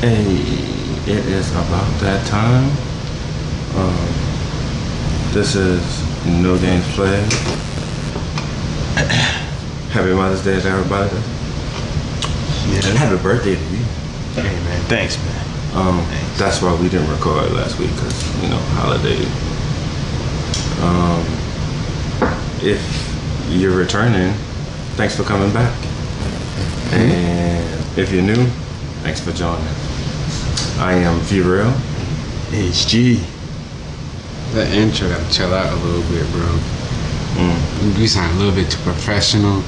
Hey, it is about that time. Um, this is No Games Played. Happy Mother's Day to everybody. And Yeah. happy birthday to you. Hey man, thanks man. Um, Thanks. that's why we didn't record last week because you know holiday. Um, if you're returning, thanks for coming back. Mm-hmm. And if you're new, thanks for joining. I am V Real. HG. That intro gotta chill out a little bit, bro. Mm. You sound a little bit too professional.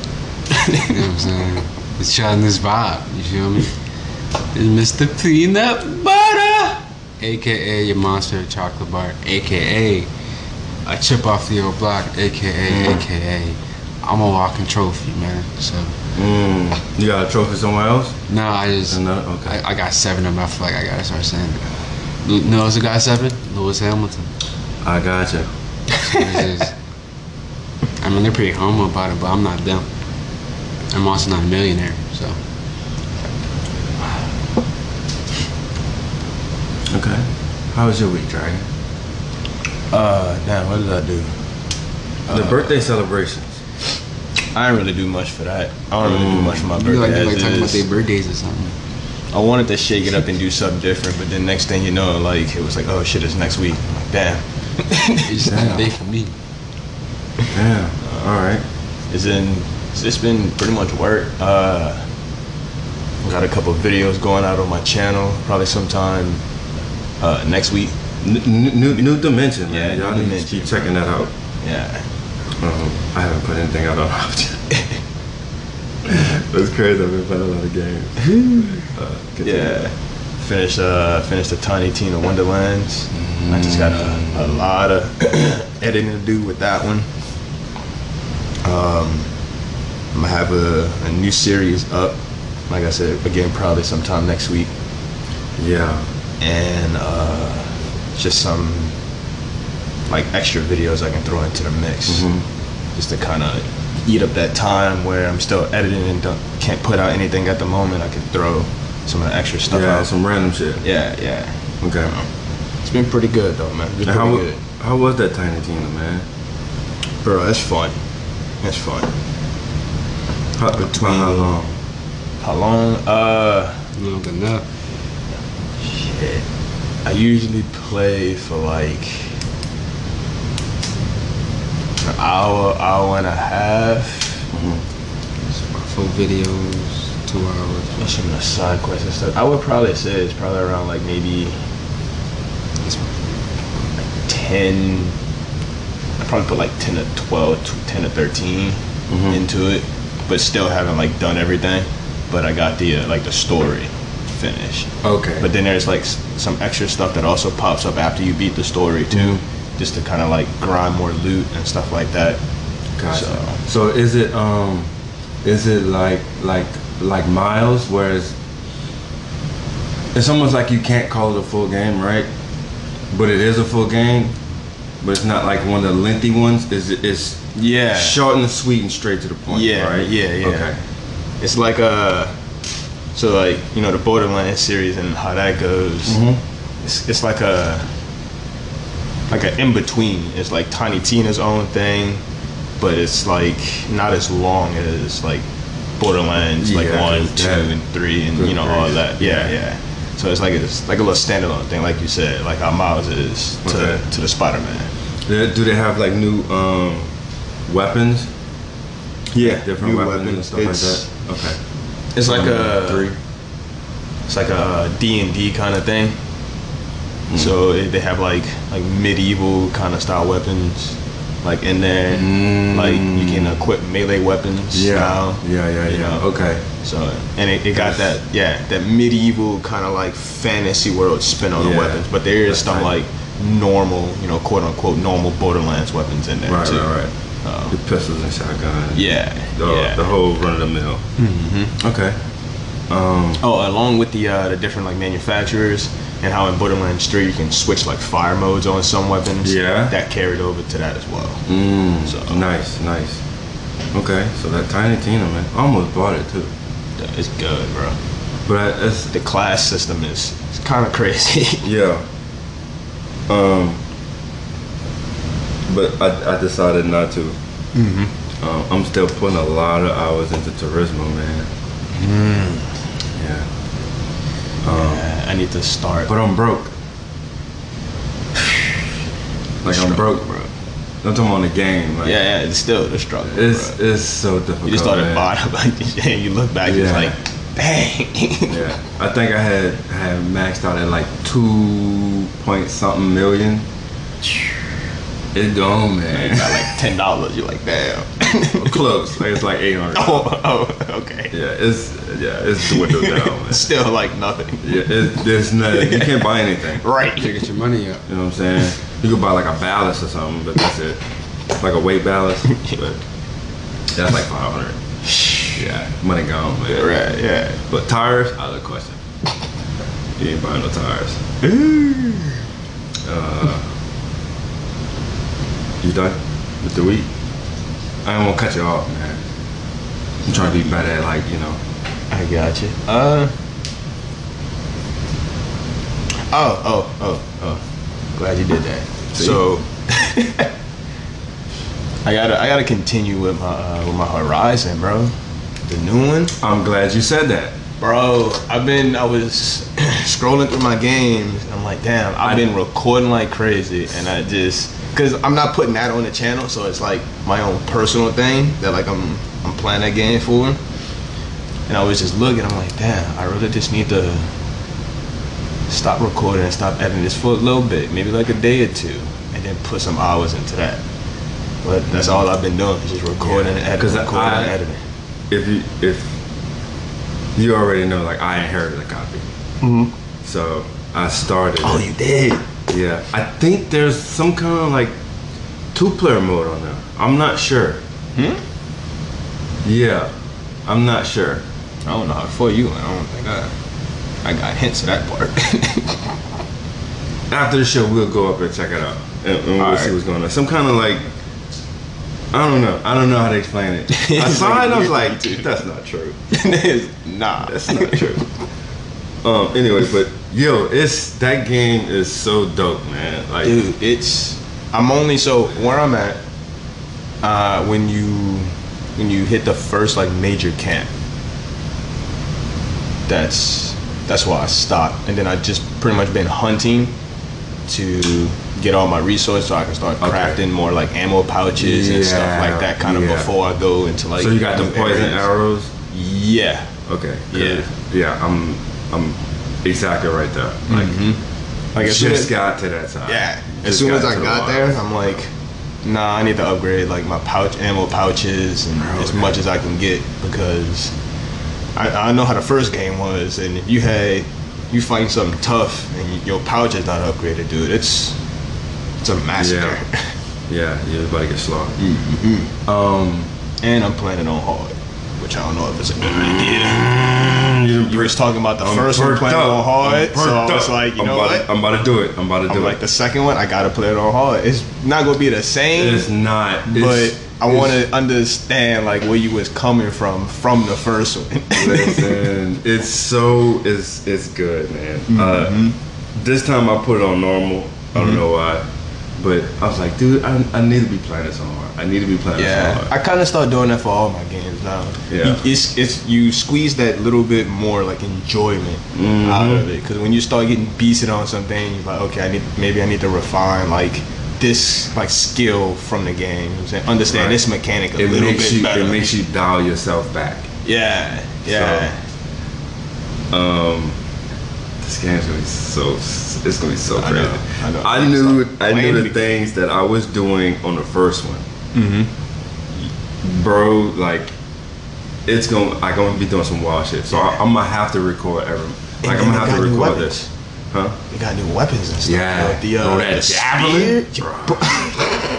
you know what I'm saying? It's chilling this vibe, you feel me? It's Mr. Peanut Butter! AKA your monster chocolate bar, AKA a chip off the old block, AKA, AKA. I'm a walking trophy, man. So, Mm. You got a trophy somewhere else? no, I just, Another? Okay. I, I got seven on my flag. I gotta start saying that. You know who got seven? Lewis Hamilton. I got you. It's just- I mean, they're pretty humble about it, but I'm not them. I'm also not a millionaire, so Okay. How was your week, Dragon? Uh, damn, what did I do? the birthday celebrations. I didn't really do much for that. I don't really do much for my you like, birthday. you like as talking about is. their birthdays or something. I wanted to shake it up and do something different, but then next thing you know, like it was like, oh shit, it's next week. Like, damn, It's just not Damn. a day for me. Yeah. All right. it's in. It's been pretty much work. Uh, got a couple videos going out on my channel probably sometime uh, next week. N- n- new new dimension, man. Yeah, Y'all need new to dimension, keep checking that out. Yeah. Um, I haven't put anything out on Option. That's crazy. I've been playing a lot of games. Uh, continue. Yeah. Finish uh finish the Tiny Tina Wonderlands. I just got a, a lot of editing to do with that one. Um I'm gonna have a, a new series up. Like I said, again probably sometime next week. Yeah. And uh just some like extra videos I can throw into the mix. Mhm. Just to kinda eat up that time where I'm still editing and don't, can't put out anything at the moment. I can throw some of the extra stuff Yeah. out. Some random shit. Yeah, yeah. Okay. It's been pretty good though, man. It's And been how pretty wa- good. how was that Tiny Tina, man? Bro, that's fun. That's fun. How, by how Between- long? How long? Uh Long enough. shit. I usually play for like an hour, hour and a half. Mm-hmm. It's about four videos, two hours. What's some of the side quests and stuff? I would probably say it's probably around like maybe It's ten I probably put like ten to twelve to ten to 13 Mhm. into it. But still haven't like done everything. But I got the uh, like the story finished. Okay. But then there's like s- some extra stuff that also pops up after you beat the story too, just to kind of like grind more loot and stuff like that. Gotcha. So. is it um, is it like like like miles? Whereas it's almost like you can't call it a full game, right? But it is a full game. But it's not like one of the lengthy ones. Is it? It's Yeah, short and sweet and straight to the point. Yeah, Right? yeah, yeah. Okay. it's like uh so like you know the Borderlands series and how that goes. Mm-hmm. It's, it's like a like an in between. It's like Tiny Tina's own thing, but it's like not as long as like Borderlands, like Yeah, one, yeah. two, and three, and Good you know all grief. that. Yeah, yeah. So it's like it's like a little standalone thing, like you said, like how Miles is to Okay. to the Spider Man. Do they have like new um, weapons? Like, different New weapons, and stuff it's, like that. Okay. that. It's like a three. It's like a D and D kind of thing. Mm-hmm. So it, they have like like medieval kind of style weapons, like in there. Like you can equip melee weapons Mm. Yeah. now. yeah. Yeah. you Yeah. know. Okay. So and it, it got that yeah that medieval kind of like fantasy world spin on the Yeah. weapons, but there is That's some right. like normal you know quote unquote normal Borderlands weapons in there Right. too. Right. Right. Uh, The pistols and shotguns. yeah, The, yeah. the whole run of the mill. Mm-hmm. Okay. Um, Oh, along with the uh, the different like manufacturers and how in Borderlands 3 you can switch like fire modes on some weapons. Yeah. That carried over to that as well. mm, So- nice, nice. Okay, so that Tiny Tina, man. I almost bought it too. It's good, bro. But I, it's, The class system is it's kind of crazy. Yeah. Um. But I, I decided not to. Mm-hmm. Um, I'm still putting a lot of hours into Turismo, man. Mm. Yeah. Uh-huh. Yeah, I need to start. But I'm broke. like I'm broke, bro. I'm talking on the game. Like, yeah, yeah, it's still the struggle. It's bro. it's so difficult. you just start man. at bottom, like, and you look back, it's Yeah. like, bang. Yeah, I think I had had maxed out at like two point something million. It gone, You got man. like ten dollars. You're like, damn. Close. Like it's like eight hundred. oh, oh, okay. Yeah, it's yeah, it's dwindled down. Man. Still like nothing. Yeah, it, there's nothing. You can't buy anything. Right. You get your money up. You know what I'm saying? You could buy like a ballast or something, but that's it. Like a weight ballast, but that's like 500. Yeah, money gone, man. Right. Yeah. But tires, out of the question. You ain't buying no tires. You done with the week? I don't want to cut you off, man. I'm trying to be better at like you know. I got you. Uh. Oh, oh, oh, oh. Glad you did that. See? So I gotta, I gotta continue with my, uh, with my Horizon, bro. The new one, I'm glad you said that. bro. I've been, I was scrolling through my games. I'm like, damn, I've been recording like crazy, and I just, cause I'm not putting that on the channel, so it's like my own personal thing that like I'm, I'm playing that game for. And I was just looking, I'm like, damn, I really just need to stop recording and stop editing this for a little bit, maybe like a day or two, and then put some hours into that. But that's all I've been doing, is just recording and editing. 'Cause recording I- and editing. If you if you already know, like I inherited a copy, Mm-hmm. so I started. Oh, it. you did? Yeah, I think there's some kind of like two-player mode on there. I'm not sure. Hmm? Yeah, I'm not sure. I don't know how for you, I don't think I, I got hints of that part. After the show, we'll go up and check it out, and, and we'll All see right. what's going on. Some kind of like. I don't know. I don't know how to explain it. I It's saw like it. I was weird like, to me, too. "That's not true. nah, That's not true." um. Anyway, but yo, it's that game is so dope, man. Like, dude it's i'm only so where i'm at uh when you when you hit the first like major camp that's that's why i stopped and then i just pretty much been hunting to get all my resources so i can start Okay. crafting more like ammo pouches and stuff Yeah, like that kind of yeah. before i go into like so you got the new poison areas. arrows. yeah Okay. 'cause- Yeah. Yeah. I'm. I'm exactly right there. Like, Mm-hmm. like as soon just as- got to that time. Yeah. As Just soon as got I to the got wild. there, I'm like, nah, I need to upgrade like my pouch ammo pouches and Bro, as yeah. much as I can get because I, I know how the first game was, and if you had you fighting something tough and your pouch is not upgraded, dude, it's it's a massacre. Yeah. You're about to get slaughtered. Um. and I'm planning on hard, which I don't know if it's a good idea. You Mm, You was talking about the I'm first one perked planning up. on hard, I'm so perked I was up. like, you I'm know about what? To, I'm about to do it. I'm about to do I'm it. like the second one, I gotta play it on hard. It's not gonna be the same. it's not. but It's, I want to understand like where you was coming from from the first one. it's- Listen, it's so it's it's good, man. Uh, Mm-hmm. this time I put it on normal. I don't know why, but I was like, dude, I, I need to be playing this on hard. I need to be playing this on yeah, hard. I kind of start doing that for all my games now. Yeah. You- it's it's you squeeze that little bit more like enjoyment Mm-hmm. out of it because when you start getting beasted on something, you're like, okay, I need maybe I need to refine like this like skill from the game. You know what I'm saying understand Right. this mechanic a it little makes bit you better. it makes you dial yourself back. yeah, yeah. This game's gonna be so. It's gonna be so I crazy. know, I know. I knew. I Wayne knew the be- things that I was doing on the first one. Mm-hmm. Bro, like, it's gonna. I'm gonna be doing some wild shit. So I, I'm gonna have to record every. Like I'm gonna then you have to got new record weapons. this, huh? You got new weapons and stuff. Yeah. like the, uh, Bro, that the javelin? spear.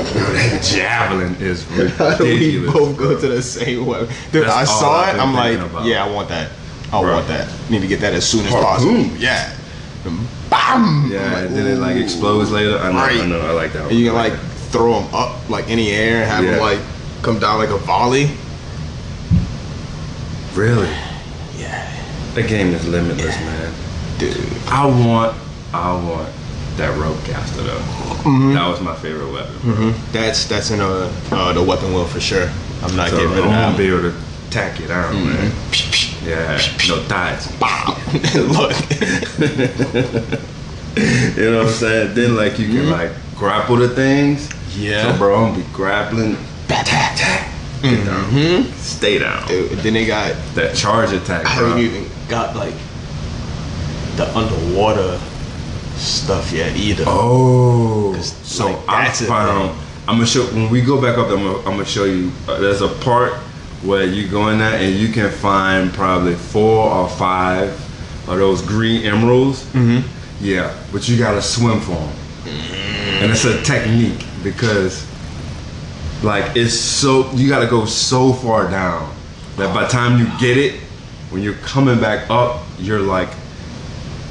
Yo, that javelin is How do we ridiculous. both bro. go to the same web? Dude, That's I all saw I've it. been I'm like, thinking about. yeah, I want that. I Bruh. want that. Need to get that as soon as Harpoon. possible. Yeah. Bam. Yeah, and then it like explodes later. I know. I Right. know. I like that. And you can one. I like throw them up like in the air and have Yeah. them like come down like a volley. that. really. Yeah. The game is limitless, man. Dude. I want, I want that rope caster though. Mm-hmm. That was my favorite weapon. That's that's in uh uh, the weapon wheel for sure. I'm not So oh, getting rid of I want that. to be able to tack it out, man. Mm-hmm. Yeah, no thighs. Look, You know what I'm saying? Then like you can like grapple to things. Mm-hmm. Yeah. So bro, I'm gonna be grappling. Bat, bat, bat. Get down. Stay down. dude, then they got That charge attack, I bro. haven't even got like the underwater stuff yet either. Oh, It's so like, I that's a found. I'm gonna show when we go back up. I'm gonna, I'm gonna show you. Uh, there's a part where you go in that and you can find probably four or five of those green emeralds. Mm-hmm. Yeah, but you gotta swim for them, and it's a technique because like it's so you gotta go so far down that by the time you get it, when you're coming back up, you're like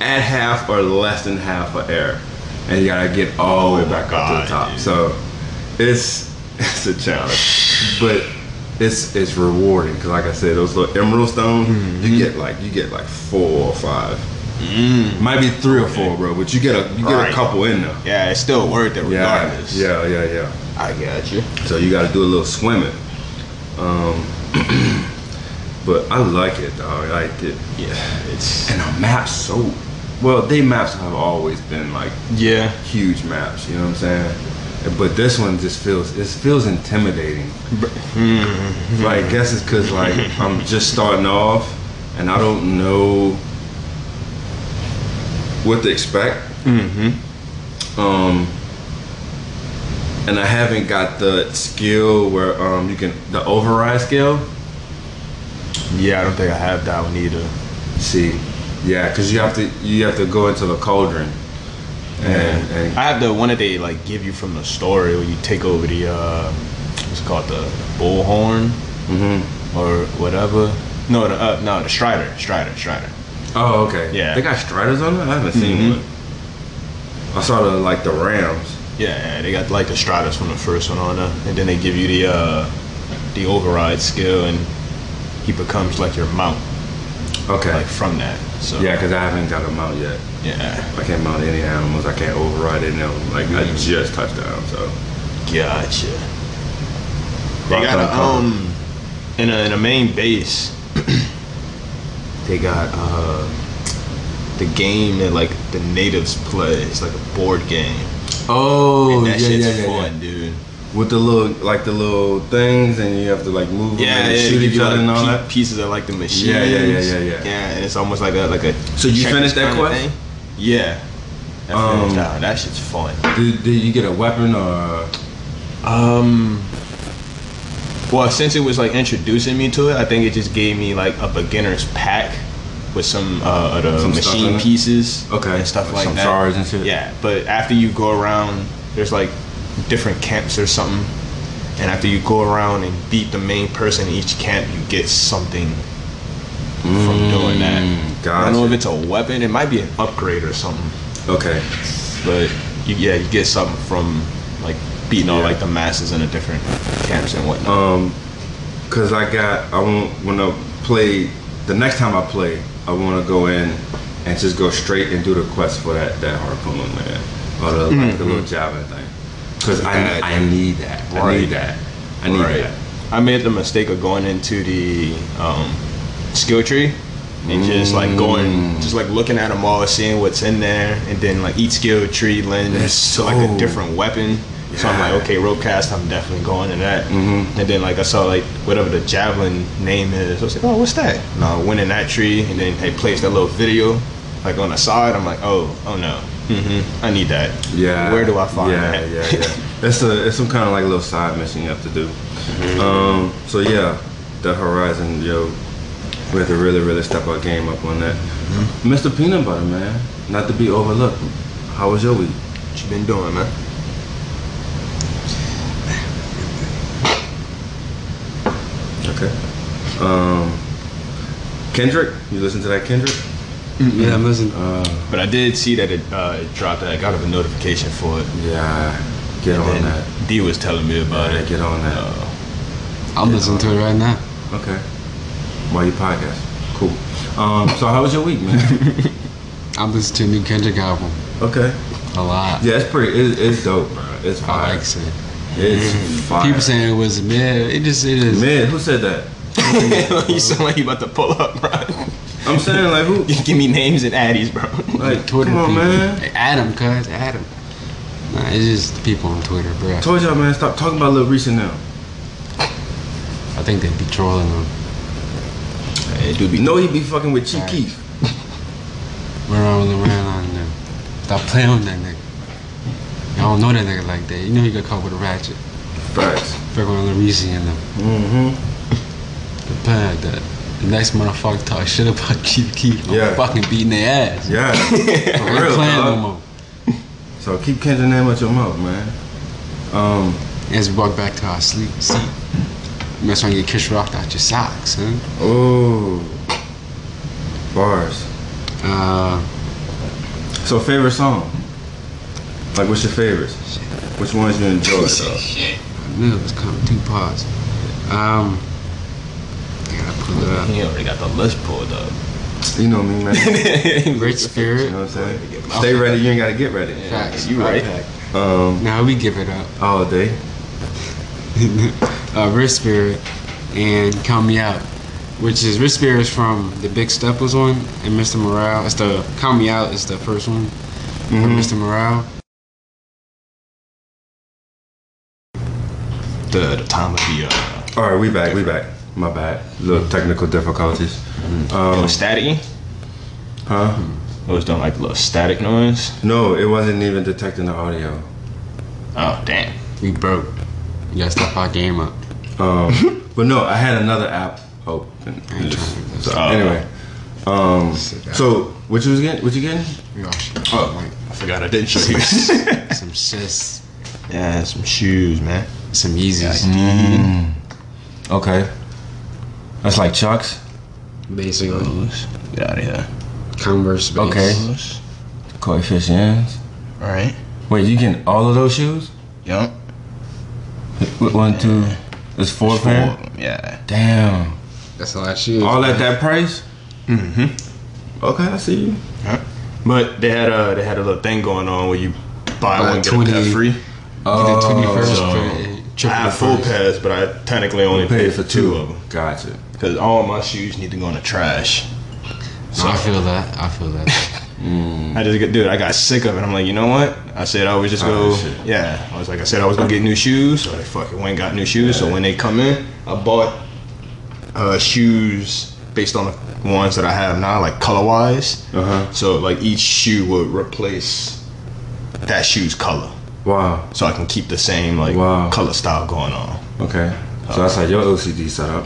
at half or less than half of air, and you gotta get all the way back up to the Oh, God, top. dude. So it's it's a challenge, but it's it's rewarding because like I said, those little emerald stones, you get like you get like four or five. Might be three or four, bro, but you get a you get a Right. couple in there. Yeah, it's still worth it Yeah, regardless. yeah, yeah, yeah. I got you. So you got to do a little swimming. Um, but I like it, dog. I like it. Yeah, it's And the maps so well. They maps have always been like yeah. huge maps. You know what I'm saying? But this one just feels it feels intimidating. Like I guess it's because like I'm just starting off and I don't know what to expect. Mm-hmm. um and I haven't got the skill where um you can the override skill. Yeah, I don't think I have that one either. See, yeah, because you have to you have to go into the cauldron, and, and I have the one that they like give you from the story where you take over the uh, what's it called the bullhorn mhm. or whatever. No, the uh, no, the Strider, Strider, Strider. oh okay, Yeah. Mm-hmm. they got striders on it. I haven't seen Mhm. one. I saw the like the Rams. Yeah, yeah, they got like the Striders from the first one on there, and then they give you the uh, the override skill, and he becomes like your mount, Okay, like from that. So yeah, because I haven't got them out yet. yeah, I can't mount any animals. I can't override any of them. Like I Mhm. just touched down, so gotcha. They Rock got on a, cover. um in a in a main base. they got uh the game that like the natives play. It's like a board game. oh and that shit's fun, dude. with the little like the little things and you have to like move them Yeah, and yeah, shoot they give each you, other like, and all pe- that. Pieces of like the machine. yeah, yeah, yeah, yeah. Yeah, and it's almost like a like a. So you checkers finished that kinda quest? thing. Yeah. I Um, finished that. one. That shit's fun. Did, did you get a weapon or Um. Well, since it was like introducing me to it, I think it just gave me like a beginner's pack with some uh, of the Some stuff in machine it? pieces, Okay. and stuff like Some that. jars and shit? Yeah, but after you go around, there's like different camps or something, and after you go around and beat the main person in each camp, you get something from doing that. I don't know Mm, if gotcha. it's a weapon. It might be an upgrade or something, okay but you, yeah, you get something from like beating all Yeah. like the masses in the different camps and whatnot. um because i got i want when i play the next time i play i want to go in and just go straight and do the quest for that that harpoon man or the, like, the Mm-hmm. little javelin thing because I, That- I need that i need Right. that i need Right. that I made the mistake of going into the um, skill tree and just like going, just like looking at them all, seeing what's in there, and then like each skill tree lends That's to like so- a different weapon. So I'm Yeah. like, okay, rope cast, I'm definitely going to that. Mhm. And then like I saw like whatever the javelin name is, I was like, oh, what's that? And I went in that tree, and then they placed that little video like on the side. I'm like, oh, oh no, hmm I need that. Yeah. Where do I find yeah, that? Yeah, yeah, It's a it's some kind of like little side mission you have to do. Mm-hmm. Um, so yeah, the Horizon, yo, we have to really really step our game up on that. Mm-hmm. Mr. Peanut Butter, man, not to be overlooked. How was your week? What you been doing, man? Okay. Um, Kendrick, you listen to that Kendrick? Yeah, I'm listening. Uh, But I did see that it, uh, it dropped. I got a notification for it. yeah, get and on then that. D was telling me about Yeah, it. get on that. Uh, I'm listening to it right now. Okay. While you podcast, Cool. Um, so how was your week, man? I listened to a new Kendrick album okay. a lot. Yeah, it's pretty. It's, it's dope, bro. It's I fire. like it. It's fire. People saying it was mid. It just it is. man, who said that? you sound like you about to pull up, bro. I'm saying like who? You give me names and addies, bro. Like Twitter come on, people. man. Adam, cuz Adam. Nah, it's just the people on Twitter, bro. I told y'all, man. Stop talking about Lil Reese now. I think they'd be trolling him. It do You know he be fucking with Chief Keef. Run around with a ran on him. Stop playing with that nigga. Y'all don't know that nigga like that. You know he got caught with a ratchet. Facts. Fuck around Larisi and them. Mm-hmm. They playing like that. The next motherfucker talk shit about Keith Keith. I'm Yeah. fucking beating their ass. Yeah. For For real, playing no dog. more. So keep Kendrick name out your mouth, man. Um, As we walk back to our sleep seat, mess around and get kiss rocked out your socks, huh? oh, bars. Uh, So favorite song? Like, what's your favorites? Which ones you enjoy? dog? I knew it was coming. Two parts. Um, I gotta pull it up. He already got the list pulled up. You know me, man. Great you spirit. know what I'm saying? Stay ready. You ain't gotta get ready. Facts. You right. Um, Now we give it up. all day. uh, Rich Spirit and Count Me Out, which is Rich Spirit is from the Big Steppers one and Mr. Morale. It's the Count Me Out is the first one Mm-hmm. from Mr. Morale. The, the time of the uh, All right, we back. We back. My bad. Little technical difficulties. little Um, static. huh? I was doing like a little static noise. No, it wasn't even detecting the audio. Oh damn. We broke. We gotta step our game up. Um, but no, I had another app open. I ain't trying to do So, this. Oh. anyway, um, so what you was getting? What you getting? We all shit. Oh. I forgot I didn't show you. Some shits, yeah, some shoes, man. some Yeezys, Okay. That's like Chucks. basically. Those. Get out of here. Converse. Base. Okay. Those. Coefficients. All right. Wait, you getting all of those shoes? Yup. Wh- One, two. It's four Four pair. of 'em, Yeah. Damn. That's a lot of shoes. All at that price. Mm-hmm. Okay, I see you. Huh? But they had a they had a little thing going on where you buy Buy one get a pair 20. free. Get the Oh, so 21st for- I triple have the full price. pairs, but I technically only Paid paid for two of them Gotcha. because all my shoes need to go in the trash. No, I feel that. I feel that. I just get, dude, I got sick of it. I'm like, you know what? I said I would just Oh, go. shit. Yeah, I was like, I said I was gonna get new shoes. So they fucking went and got new shoes. So when they come in, I bought uh, shoes based on the ones that I have now, like color wise. Uh huh. So like each shoe would replace that shoe's color, Wow. so I can keep the same like Wow. color style going on. Okay. So that's like your OCD setup.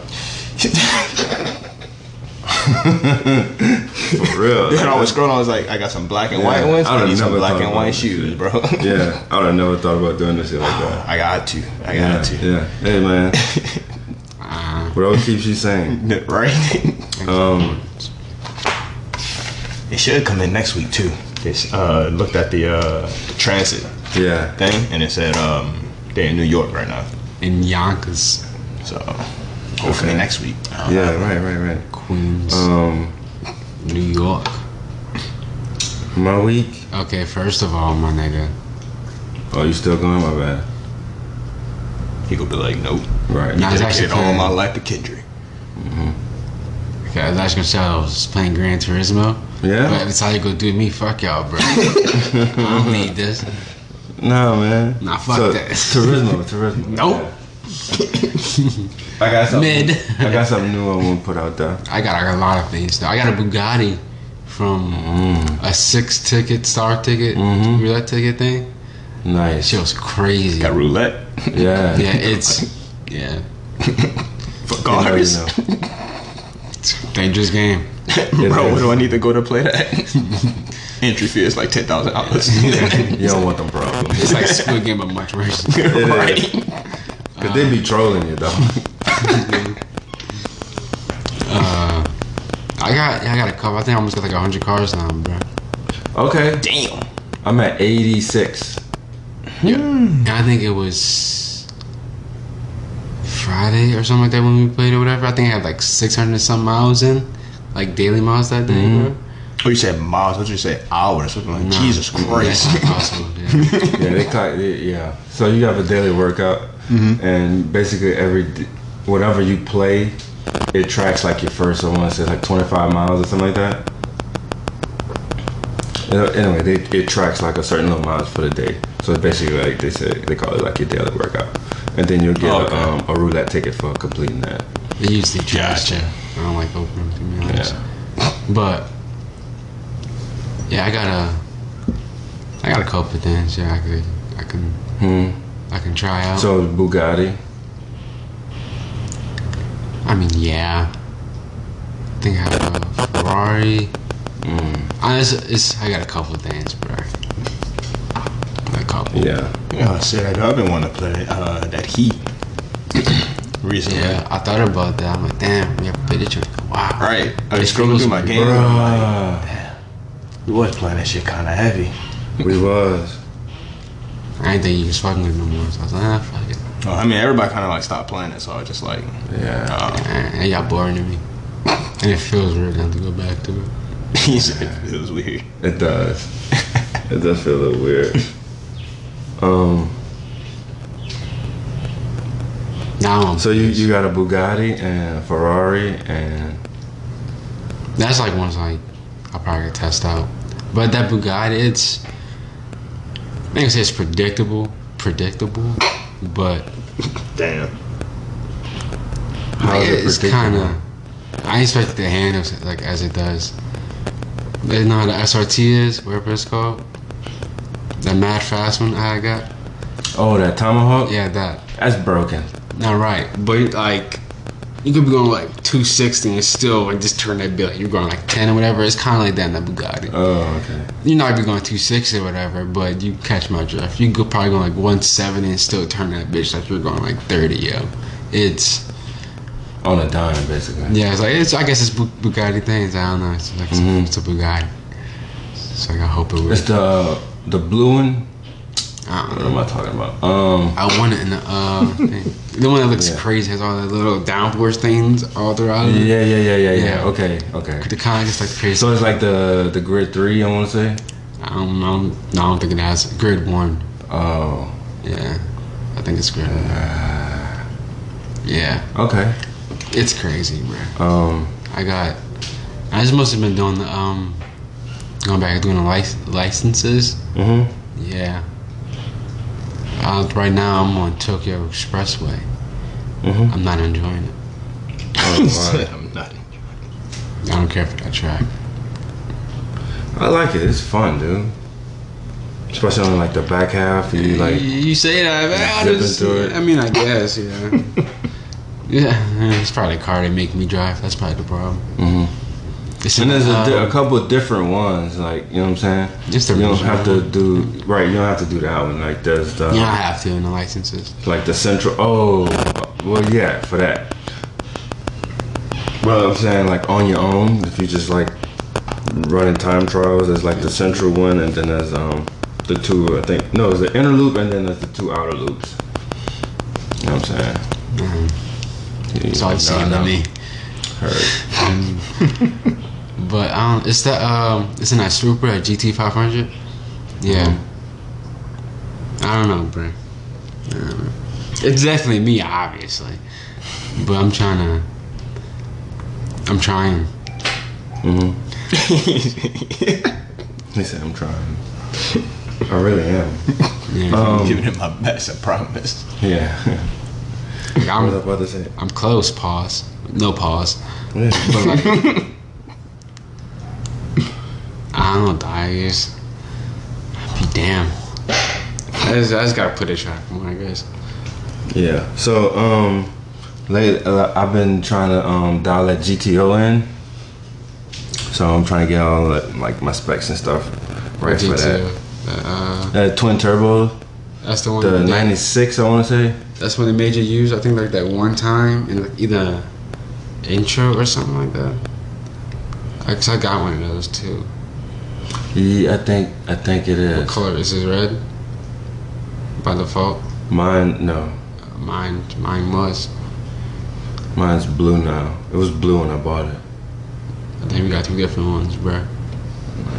For real. Dude, I was scrolling, I was like, I got some black and white Yeah, ones. I I, would've need some never black thought and about white that shit. shoes, bro. yeah, I would have never thought about doing this shit like that. I got to. I Yeah, got to. yeah. Hey man, Uh, what else keeps you saying? Right? Um, It should come in next week too. This uh, looked at the uh, transit yeah. thing and it said um, they're in New York right now. in Yonkers, So hopefully Okay. next week. I don't know. Yeah, right, right, right. Queens, Um, New York. my week. Okay, first of all, my nigga, Oh, you still going? My bad. Um, He gonna be like, nope. Right. Nah, it's Dedicated actually all fair. my life to Kendrick. Okay, I was actually gonna say I was playing Gran Turismo. Yeah? But that's how you gonna do me. Fuck y'all, bro. I don't need this. No, man. Nah, fuck that. Turismo, Turismo. Nope. I got something. Mid. I got something new I want to put out there. I got, I got a lot of things though. I got a Bugatti from Mm. a six ticket, star ticket, roulette ticket thing. Nice. Shit was crazy. Mm-hmm. Got roulette. Yeah. yeah, it's yeah, For You know, you cars. know. it's a dangerous game. Bro, It what is. do I need to go to play that? Entry fee is like ten thousand dollars. You don't want them problems. It's like Squid Game, but much worse. yeah, It is. Right. Cause they be trolling you though. I got, yeah, I got a couple. I think I almost got like hundred cars now, bro. Okay. Damn. I'm at 86. Yeah. And I think it was Friday or something like that when we played or whatever. I think I had like 600 and some miles in. like Daily Miles that day, bro. Oh, you said miles? What you say? Hours? I'm like, Nah, Jesus Christ! That's not possible. Yeah. yeah, they clock. they- Yeah, so you have a daily workout, and basically every d- whatever you play, it tracks like your first. So I want to say like twenty five miles or something like that. Uh, Anyway, they, it tracks like a certain number of miles for the day. So it's basically like they say they call it like your daily workout, and then you'll get Oh, a, okay. um, a roulette ticket for completing that. They usually trash Gotcha. it. I don't like opening them, to be honest. Yeah. But yeah, I gotta, I gotta cope with that. Sure, I could, I can, Hmm. I can try out. So Bugatti. I mean, yeah. I think I have a Ferrari. Mm, I, it's, it's, I got a couple things, bro. A couple. yeah. Oh shit! I've been wanting to play uh, that Heat recently. Yeah, I thought about that. I'm like, damn, we have a video trick. Wow. All right, I was It scrolling feels through my game. and Bruh, I'm like, You was playing that shit kind of heavy. we was. I didn't think you was fucking with it no more. So I was like, ah, fuck it. Oh, I mean, everybody kind of like stopped playing it, so I was just like, Yeah. oh. And it got boring to me. And it feels weird not to go back to it. He said it was weird. It does. it does feel a little weird. Um. Now I'm So you you got a Bugatti and a Ferrari and That's like one's like I probably could test out. But that Bugatti, it's I think it's predictable, predictable, but Damn. how is it it's kind predictable? of. I expect it to hand up like as it does. They know how the SRT is, whatever it's called. That mad fast one I got. Oh, that Tomahawk. Yeah, that. That's broken. Not right, but like you could be going like 260 and still like just turn that bill. You're going like 10 or whatever. It's kind of like that in that Bugatti. Oh, okay. you know, I'd be going 260 or whatever, but you catch my drift. You could probably go like 170 and still turn that bitch like you're going like 30, yo. It's, On a dime, basically. yeah, it's like, it's, I guess it's Bu- Bugatti things. I don't know. It's like, Mhm. it's, a Bugatti. So like, I hope it It's was. the the blue one. I don't What know. am I talking about? Um. I want it in the, uh, thing. the one that looks Yeah. crazy has all the little downforce things all throughout it. Yeah, yeah, yeah, yeah, yeah. Yeah. Okay, okay. The kind that's like crazy. So it's like the the grid three. I want to say. I don't know. No, I don't think it has grid one. Oh. Yeah. I think it's grid one. Uh. Yeah. Okay. It's crazy, bro. Um. I got. I just must have been doing the um, going back and doing the lic- licenses. Mhm. Yeah. Uh, right now I'm on Tokyo Expressway. Mhm. I'm not enjoying it. He said, I'm not. I don't care for that track. I like it. It's fun, dude. Especially on like the back half, and you like you say that, man. I, Zip just, into it. I mean, I guess, yeah. yeah, it's probably a car that make me drive. That's probably the problem. Mhm. It's And there's a, di- um, a couple of different ones, like you know what I'm saying. Just the you don't original have to do right. You don't have to do that one. Like there's the you don't have to in the licenses. like the central. Oh, well, yeah, for that. Well, I'm saying like on your own. If you just like running time trials, there's like the central one, and then there's um the two. I think no, there's the inner loop, and then there's the two outer loops. You know what I'm saying? Um, it's all No, the same no. to me. Heard. But um, it's that um, it's in that Supra GT 500. Yeah. I don't know, bro. I don't know. It's definitely me, obviously. But I'm trying to. I'm trying. Mm-hmm. He said, "I'm trying. I really am. Yeah. I'm Um, giving it my best, I promise. yeah. Like, I was I'm, about to say. I'm close. Pause. No pause. Yeah. But like, I don't know, Tigers. I'd be damn. I just, I just gotta put a track more, I guess. Yeah. So um, late uh, I've been trying to um dial that GTO in. So I'm trying to get all that, like my specs and stuff right for that. GTO. Uh, Uh, twin turbo, That's the one. the that- '96, I want to say. That's when they made you use. I think like that one time in like either intro or something like that. I, Cause I got one of those too. Yeah, I think I think it What is. color is it? Red. By default, Mine no, mine mine was. mine's blue now. It was blue when I bought it. I think we got two different ones, bro.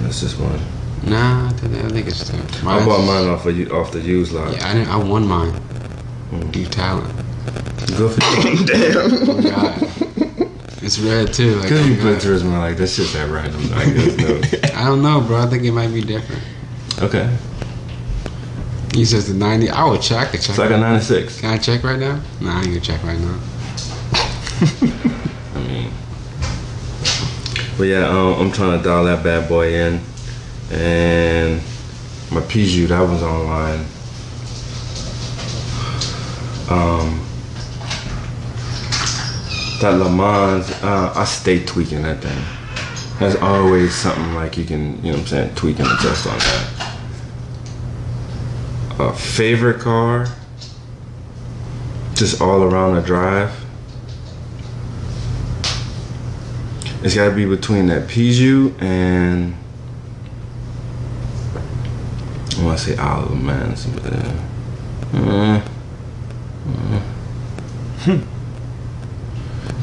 That's just one. Nah, I think, I think it's two. I Mine's- bought mine off of you off the used lot. Yeah, I, didn't, I won mine. Mm. New talent. Good for you. Oh, God. it's red too. Like, Because oh, you God. put Turismo like that's just that random. Like, there's I don't know, bro. I think it might be different. no. Okay, He says the 90. I would check. I could check. it's like a '96. Can I check right now? Nah, I ain't gonna check right now. I mean, but yeah, um, I'm trying to dial that bad boy in, and my Piju that was online. Um, that Le Mans, uh, I stay tweaking that thing. There's always something like you can, you know, what I'm saying, tweak and adjust on that. A favorite car, just all around the drive. It's got to be between that Piju and. oh, I want to say Oliver Man. some- uh, uh, uh.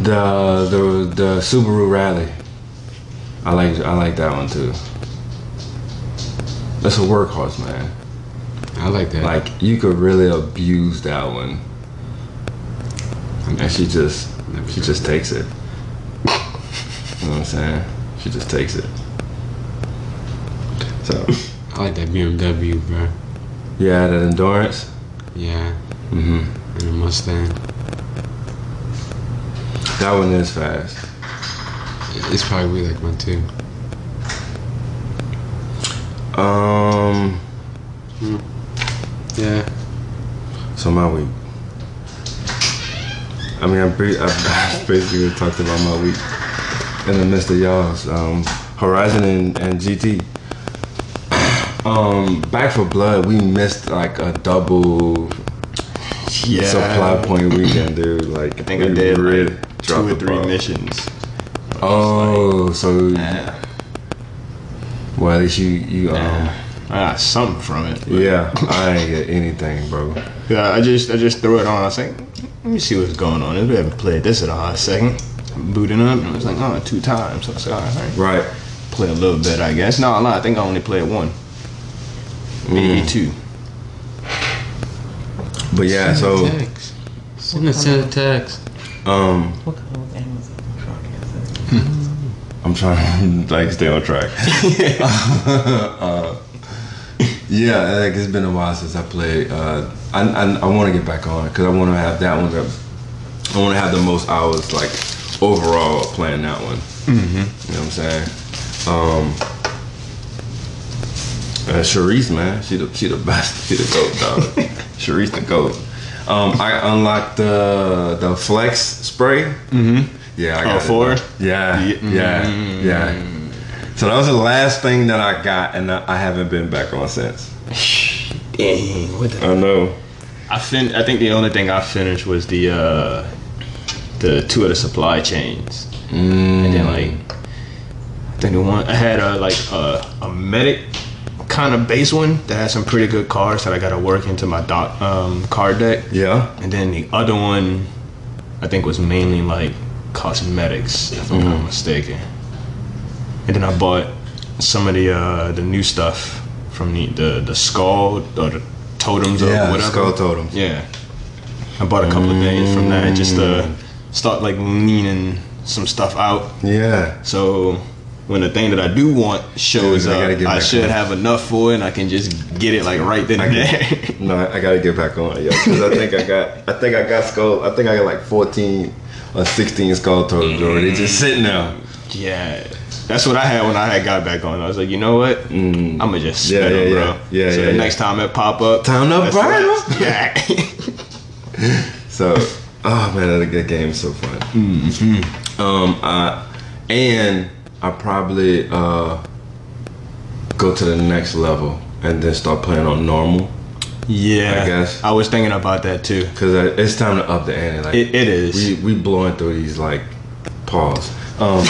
the the the Subaru Rally. I like I like that one too. That's a workhorse, man. I like that. Like you could really abuse that one, I'm and she just never she sure. just takes it. You know what I'm saying? She just takes it. So I like that BMW, bro. yeah, that endurance. Yeah, Mm-hmm. hmm and the Mustang. That one is fast. It's probably like one too. Um, Yeah. so my week. I mean, I, bre- I basically talked about my week in the midst of y'all's um, Horizon and, and GT. Um, Back for Blood, we missed like a double Yeah. supply point weekend, dude. Like I think I we did really like two dropped or the three ball. missions. Oh, so Yeah. well, at least you you um Yeah. I got something from it. but- yeah, I ain't get anything, bro. Yeah, I just I just threw it on. I was like, let me see what's going on. We haven't played this in a hot second. Booting up and it was like, oh, two times. I was like, all right, Right. play a little bit, I guess. No, no, I think I only played one, maybe two. But yeah, so Send a text. Send us a text. um What kind of game is it? I'm trying to like stay on track. Uh, yeah, like it's been a while since I played. Uh, I I, I want to get back on because I want to have that one. That, I want to have the most hours like overall playing that one. You know what I'm saying? Um, uh, Sharice, man, she the she the best. She the goat, dog. Sharice the goat. Um, I unlocked the the flex spray. Mm-hmm. Yeah, I Oh, got it. four? Yeah, Ye- yeah, yeah. So that was the last thing that I got, and I I haven't been back on since. Dang, what the? I know. I fin- I think the only thing I finished was the uh, the two of the supply chains, and then like I think the one I had a like a, a medic kind of base one that had some pretty good cards that I got to work into my doc um, card deck. Yeah. And then the other one, I think, was mainly like cosmetics, if I'm Mm-hmm. not mistaken. And then I bought some of the uh, the new stuff from the the, the skull or the totems Yeah. or whatever. Skull totems. Yeah, I bought a couple of things from that just Mm. to start like leaning some stuff out. Yeah. So when the thing that I do want shows Dude, I gotta up, get I back should on. have enough for it, and I can just get it like right then and there. No, I, I gotta get back on, yo. Because I think I got, I think I got skull. I think I got like 14 or 16 skull totems already. They just sitting there. Yeah, that's what I had when I had got back on. I was like, you know what? Mm. I'ma just Yeah, spin yeah, 'em, yeah. bro. Yeah, So yeah, the yeah. next time it pop up, Time to that's burn the last- Yeah. So, oh man, that, that game is so fun. Um, I, and I probably uh, go to the next level and then start playing on normal yeah. I guess. I was thinking about that too. because uh, it's time to up the ante. Like It, it is. we we blowing through these like pause. Um,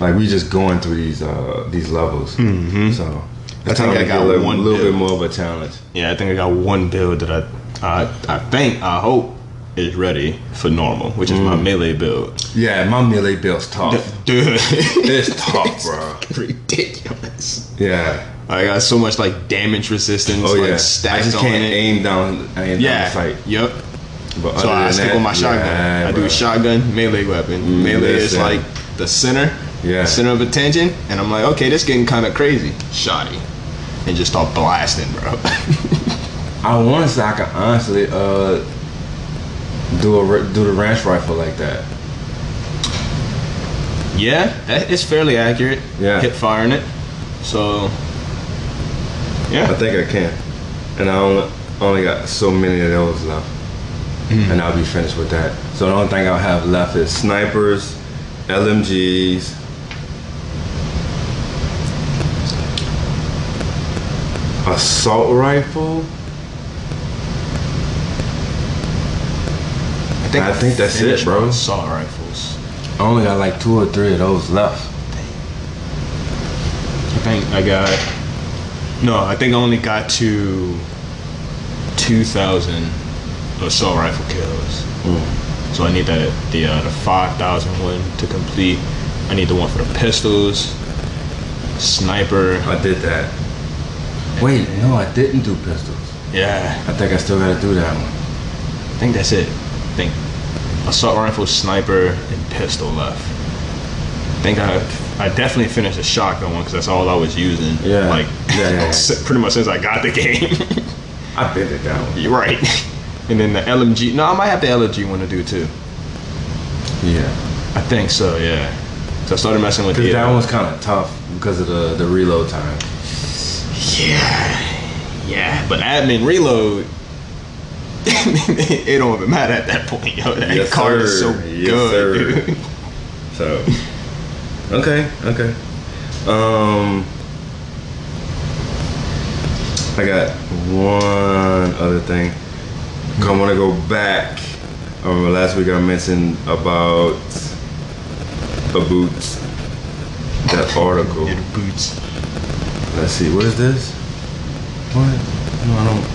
like we just going through these uh, these levels. So Mm-hmm. I it's think time I to got get a little, one little build. bit more of a challenge. yeah, I think I got one build that Mm. I, I, I think I hope is ready for normal, which is my melee build. Yeah, my melee bill's tough. Dude, Oh. It's tough, bro. ridiculous. Yeah. I got so much like damage resistance, Oh like yeah. stacked I just on can't it. aim down. I aim yeah, down the sight. Yep. But So other I than stick that, with my shotgun. yeah, I do bro. shotgun melee weapon. Mm, melee is listen. like the center, Yeah. center of attention, and I'm like, okay, this getting kind of crazy. Shoddy, and just start blasting, bro. I want to say I could honestly uh, do a ra- do the ranch rifle like that. yeah, that is fairly accurate. Yeah. hip firing it. So, I yeah, think I can, and I only, only got so many of those left, and I'll be finished with that. So the only thing I'll have left is snipers, LMGs. Assault rifle. I I think that's it, finished bro. with Assault rifles. I only got like two or three of those left. I think I got. No, I think I only got to 2,000 assault rifle kills. Mm. So I need that the uh, the 5,000 one to complete. I need the one for the pistols, sniper. I did that. Wait, no, I didn't do pistols. Yeah, I think I still gotta do that one. I think that's it. I think assault rifle, sniper, and pistol left. I think I I definitely finished the shotgun one because that's all I was using. Yeah. like Yeah, yeah, yeah. pretty much since I got the game. I did it that one. You're right. And then the LMG. No, I might have the LMG one to do too. Yeah. I think so. Yeah. So I started messing with Because the. that one's kind of tough because of the, the reload time. Yeah. Yeah. But admin reload. it don't even matter at that point, yo. That Yes, card is sir. so Yes, good, sir. dude. So. Okay, okay. Um. I got one other thing. I want to go back. Um, last week I mentioned about the boots. That article. Your boots. Let's see, what is this? What? No, I don't.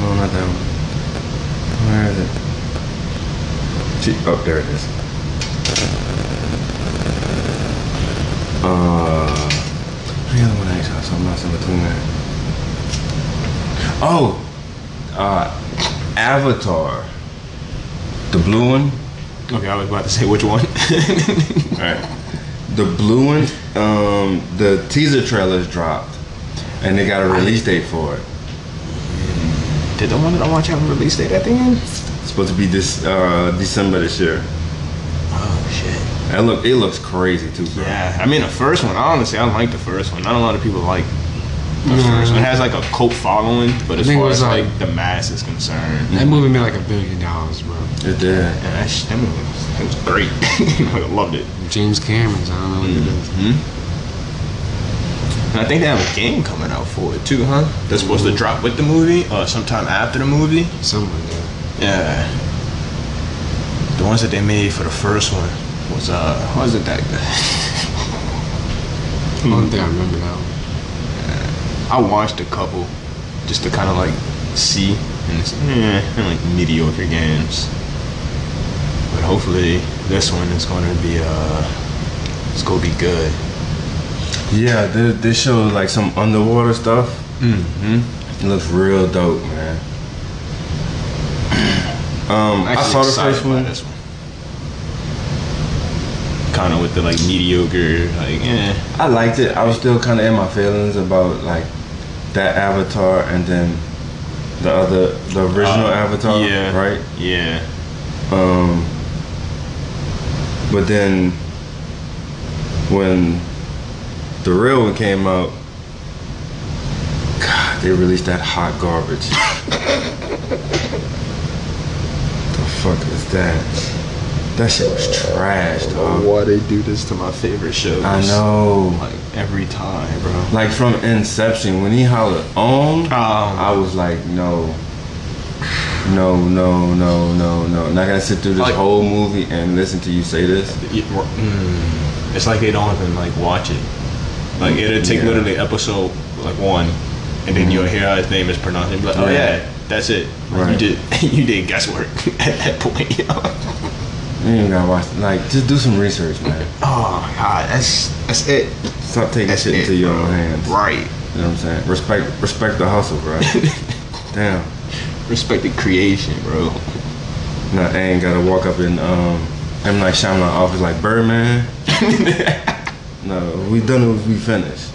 No, not that one. Where is it? Gee, oh, there it is. Uh, the other one I saw something else in between there. Oh, uh, Avatar, the blue one. Okay, I was about to say which one. All right. The blue one, um, the teaser trailers dropped, and they got a release date for it. Did the one that I want y'all to release date at the end? It's supposed to be this uh, December this year. Oh shit. And look, it looks crazy too, bro. Yeah. I mean the first one. I honestly I like the first one. Not a lot of people like the first one. It has like a cult following, but as think it far was, as like- like, the mass is concerned. That movie made like a billion dollars, bro. It did. Yeah, that, sh- that movie was, it was great. I loved it. James Cameron's, I don't know what it is. And I think they have a game coming out for it too, huh? That's supposed to drop with the movie or sometime after the movie. Someone did. Yeah. The ones that they made for the first one was uh wasn't that good. I don't think I remember that one. I watched a couple just to kind of like see and it's eh, they're, like mediocre games. But hopefully this one is going to be uh it's going to be good. Yeah, they, they showed like some underwater stuff. Mm-hmm. It looks real dope, man. um, I'm I actually saw the excited first by one. This one. Kind of with the like mediocre, like eh. I liked it. I was still kind of in my feelings about like that Avatar and then the other, the original Uh, Avatar, yeah. right? Yeah. Um, but then when the real one came out, God, they released that hot garbage. the fuck is that? That shit was trash, dog. why they do this to my favorite shows? I know. Like every time, bro. Like from Inception, when he hollered on, Um, I was like, no. No, no, no, no, no. And I gotta sit through this Like- whole movie and listen to you say this. it- mm, it's like they don't even like watch it. Like it'll take Yeah. Mm-hmm. literally episode like one, and then you'll hear how his name is pronounced. And be like, oh Yeah. yeah, that's it. Right. You did you did guesswork at that point. You ain't gotta watch. Like, just do some research, man. Oh my god, that's that's it. Stop taking That's shit it, into your bro. own hands. Right. You know what I'm saying? Respect, respect the hustle, bro. Damn. Respect the creation, bro. No, I ain't gotta walk up in um M Night Shyamalan office like Birdman. no, we done it. We finished.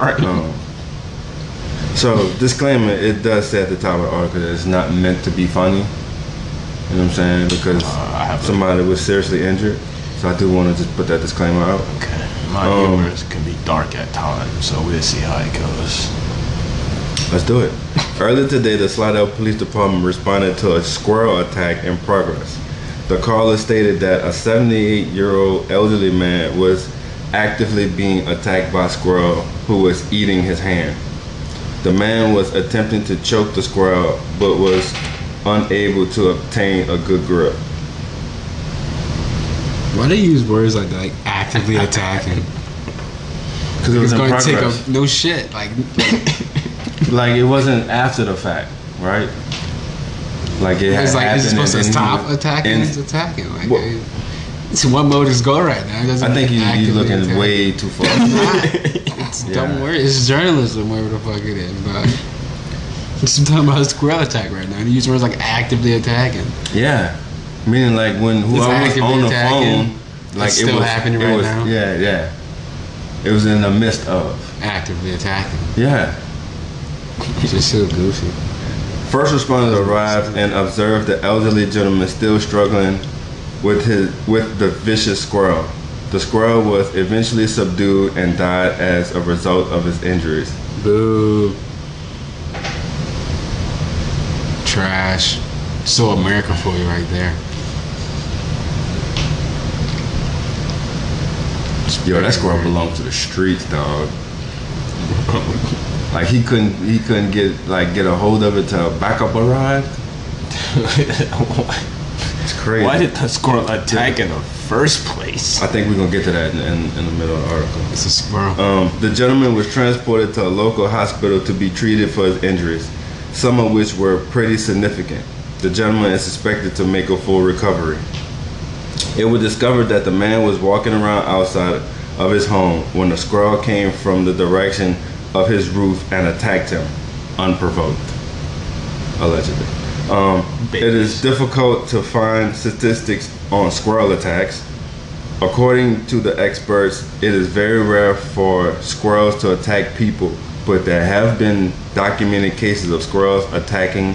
right. Um, so disclaimer: It does say at the top of the article that it's not meant to be funny. You know what I'm saying? Because Uh, I have a- somebody was seriously injured, so I do want to just put that disclaimer out. Okay. My Um, humor is- can be dark at times, so we'll see how it goes. Let's do it. Earlier today, the Slidell Police Department responded to a squirrel attack in progress. The caller stated that a 78 year old elderly man was actively being attacked by a squirrel who was eating his hand. The man was attempting to choke the squirrel but was unable to obtain a good grip. Why they use words like that, like actively attacking? Because it was It's in going to take progress. up no shit. Like like, it wasn't after the fact, right? Like, it it's had like is it happened supposed to and then he stop was attacking? in- it's attacking. Like Well- eh, it's one mode is go right now. It doesn't I think you, actively you looking attack. way too far. it's dumb Yeah. word. It's journalism, whatever the fuck it is. But just talking about a squirrel attack right now. And you use words like actively attacking. Yeah, meaning like when whoever was actively on the attacking. phone, like It's still it was happening it right was- now. Yeah, yeah. It was in the midst of. Actively attacking. Yeah. It's just so goofy. First responders arrived and observed the elderly gentleman still struggling with his with the vicious squirrel. The squirrel was eventually subdued and died as a result of his injuries. Boo. Trash. So American for you right there. Yo, that squirrel belonged to the streets, dog. Like he couldn't he couldn't get like get a hold of it to back up a ride. It's crazy. Why did the squirrel attack in the first place? I think we're gonna get to that in, in, in the middle of the article. It's a squirrel. Um, the gentleman was transported to a local hospital to be treated for his injuries, some of which were pretty significant. The gentleman is suspected to make a full recovery. It was discovered that the man was walking around outside of his home when a squirrel came from the direction of his roof and attacked him, unprovoked, allegedly. Um, it is difficult to find statistics on squirrel attacks. According to the experts, it is very rare for squirrels to attack people, but there have been documented cases of squirrels attacking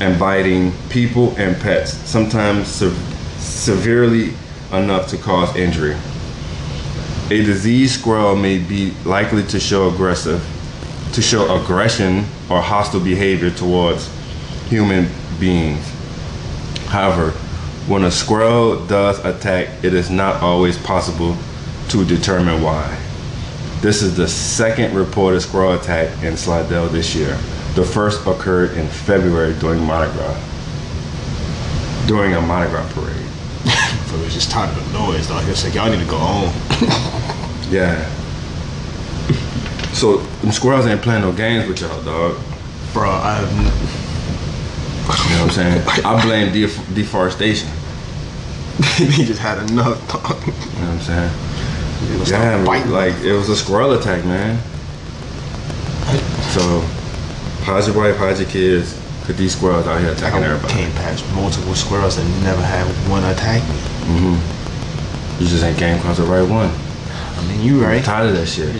and biting people and pets, sometimes se- severely enough to cause injury. A diseased squirrel may be likely to show aggressive, to show aggression or hostile behavior towards human beings. However, when a squirrel does attack, it is not always possible to determine why. This is the second reported squirrel attack in Slidell this year. The first occurred in February during Mardi Gras, during a Mardi Gras parade. I was just tired of the noise. Like I said, y'all need to go home. Yeah. So them squirrels ain't playing no games with y'all, dog. Bro, I have n- You know what I'm saying? I blame def- deforestation. they just had enough. dog. You know what I'm saying? They gonna stop Yeah, biting. like it was a squirrel attack, man. So, how's your wife? How's your kids? Cause these squirrels out here attacking I everybody. came past multiple squirrels and never had one attack me. You just ain't came across the right one. I mean, you I'm right. tired of that shit.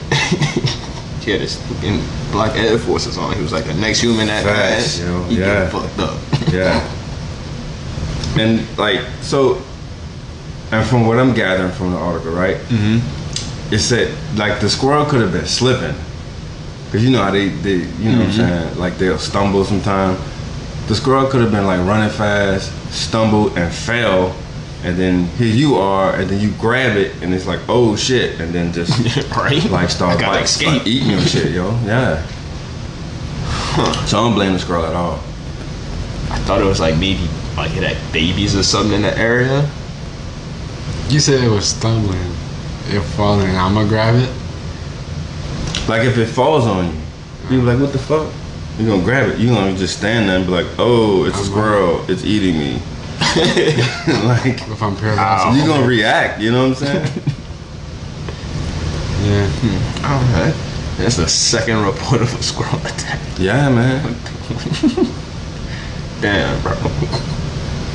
He had this fucking black Air Forces on. He was like, the next human that Facts, passed, yo, he yeah. get fucked up. Yeah. And like so, and from what I'm gathering from the article, right? Mm-hmm. It said like the squirrel could have been slipping, cause you know how they they you know what I'm Mm-hmm. saying like they'll stumble sometime. The squirrel could have been like running fast, stumbled and fell, and then here you are, and then you grab it, and it's like oh shit, and then just right? like start I gotta like, escape. start eating your shit, yo. Yeah. So I don't blame the squirrel at all. I thought it was like maybe like it had babies or something in the area. You said it was stumbling. It falling. I'ma grab it. Like if it falls on you, you be like, what the fuck? You gonna grab it. You gonna just stand there and be like, oh, it's a I'm squirrel. It's eating me. like If I'm paralyzed. you gonna react, you know what I'm saying? Yeah. All right. That's the second report of a squirrel attack. yeah, man. Damn, bro.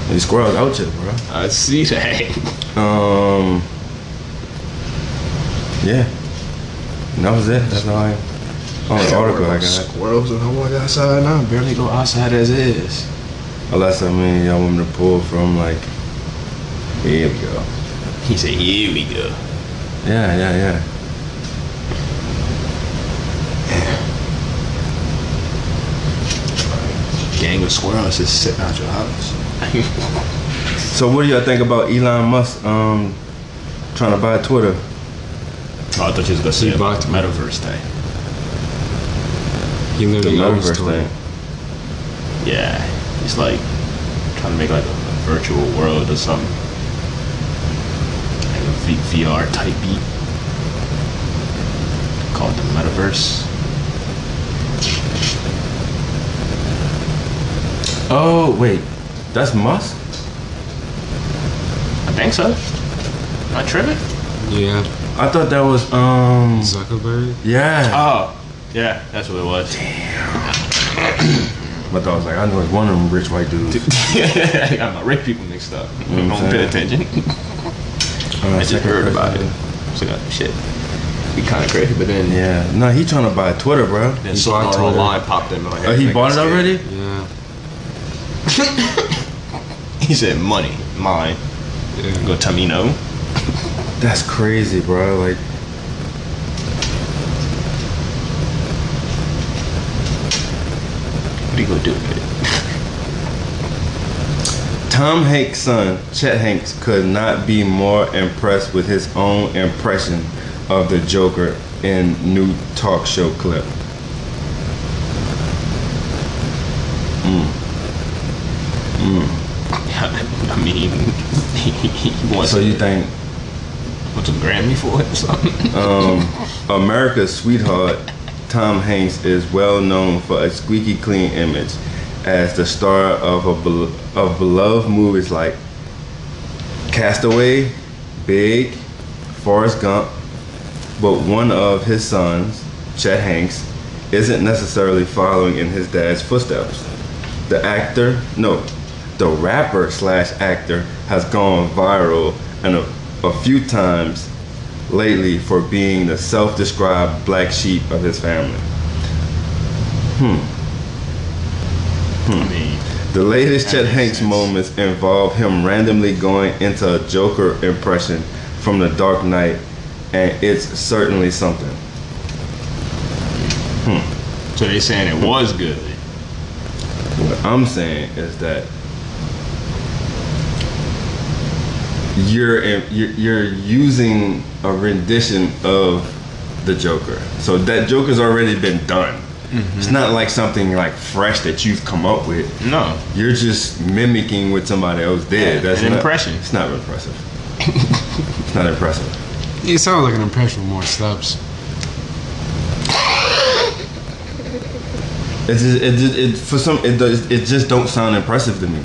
These squirrels out here, bro. I see that. Um. Yeah. And that was it. That's all I. Oh, the article I got. Squirrels and I walk outside now. Barely go outside as is. Unless I mean y'all want me to pull from like. Here we go. He said, "Here we go." Yeah, yeah, yeah. Gang of squirrels just sitting out your house. So what do y'all think about Elon Musk um trying to buy Twitter? Oh, I thought you was gonna say He about blocked the me. metaverse thing. He The literally owns metaverse Twitter. thing. Yeah, he's like trying to make like a, a virtual world or something, like a v- VR type beat called the metaverse. Oh wait, that's Musk. I think so. Not tripping. Yeah. I thought that was um. Zuckerberg. Yeah. Oh, yeah, that's what it was. But I was like, I know it's one of them rich white dudes. I got my rich people mixed up. know what I'm Don't pay saying? attention. Uh, I just second heard person. about it. So like, shit, be kind of crazy, but then yeah. Yeah. No, he trying to buy Twitter, bro. Then He something bought Twitter. online popped in my head. Oh, he Like, bought it scared. already? Yeah. He said, "Money, mine." Yeah. Go tell me no. That's crazy, bro. Like, What are you gonna do with it? Tom Hanks' son, Chet Hanks, could not be more impressed with his own impression of the Joker in new talk show clip. I mean, he wants So you think wants a Grammy for it or something? um, America's sweetheart, Tom Hanks, is well known for a squeaky clean image as the star of a bel- of beloved movies like Castaway, Big, Forrest Gump. But one of his sons, Chet Hanks, isn't necessarily following in his dad's footsteps. The actor, no, the rapper slash actor has gone viral and a, a few times lately for being the self-described black sheep of his family. I mean, The latest That Chet makes Hanks sense. moments involve him randomly going into a Joker impression from The Dark Knight, and it's certainly something. so they saying it was good. What I'm saying is that you're you're you're using a rendition of the Joker. So that Joker's already been done. It's Mm-hmm. not like something like fresh that you've come up with. No, You're just mimicking what somebody else did. Yeah, That's an not, impression. It's not impressive. it's not impressive. It sounds like an impression with more steps. It's just, it, just, it for some it does it just don't sound impressive to me.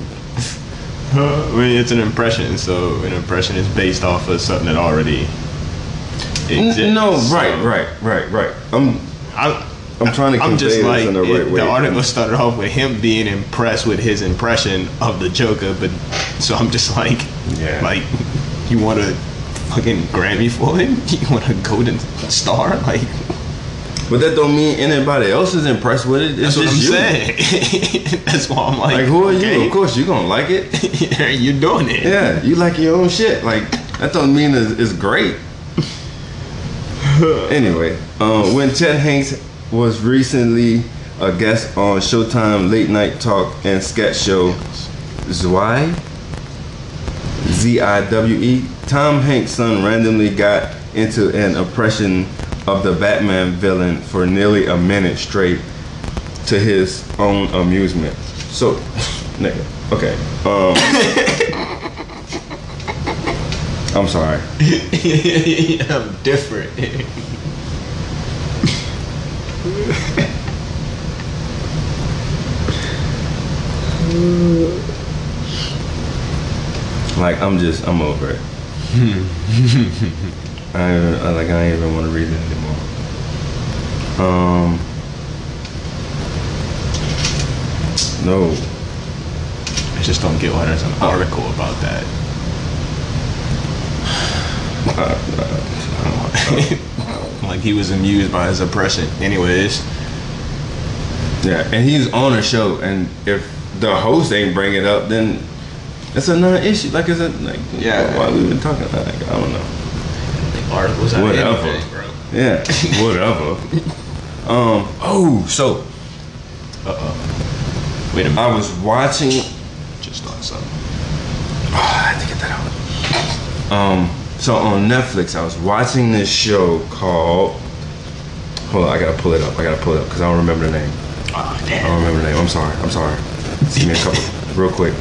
I mean it's an impression. So an impression is based off of something that already exists. N- no, So right, right, right, right. Um, I'm I, I'm trying to I'm convey just this like in the it- right way. the article started off with him being impressed with his impression of the Joker, but so I'm just like, Yeah. like you want to fucking Grammy for him? You want a Golden Star? Like But that don't mean anybody else is impressed with it. It's that's what I'm just you. saying. that's why I'm like, Like who are you? okay, Of course you're gonna like it. You're doing it. Yeah, you like your own shit. Like that don't mean it's, it's great. anyway, um, when Chet Hanks was recently a guest on Showtime late night talk and sketch show Zwei, Z I W E, Tom Hanks' son randomly got into an impression of the Batman villain for nearly a minute straight to his own amusement. So, nigga, okay. Um, I'm sorry. I'm different. Like I'm just I'm over it. I, don't even- I like I don't even want to read it anymore. Um. Um, No. I just don't get why there's an article about that. like he was amused by his oppression. Anyways, Yeah, and he's on a show, and if the host ain't bring it up, then it's a non-issue. Like it's a like Yeah. Why we even talking about? Like I don't know. articles out Whatever. of anything, bro. Yeah, whatever. um. Oh, so Wait a minute. I was watching. just thought something. Ah, I had to get that out. Um. So on Netflix, I was watching this show called. Hold on, I gotta pull it up. I gotta pull it up because I don't remember the name. Oh, I don't remember the name. I'm sorry. I'm sorry. See me a couple, real quick.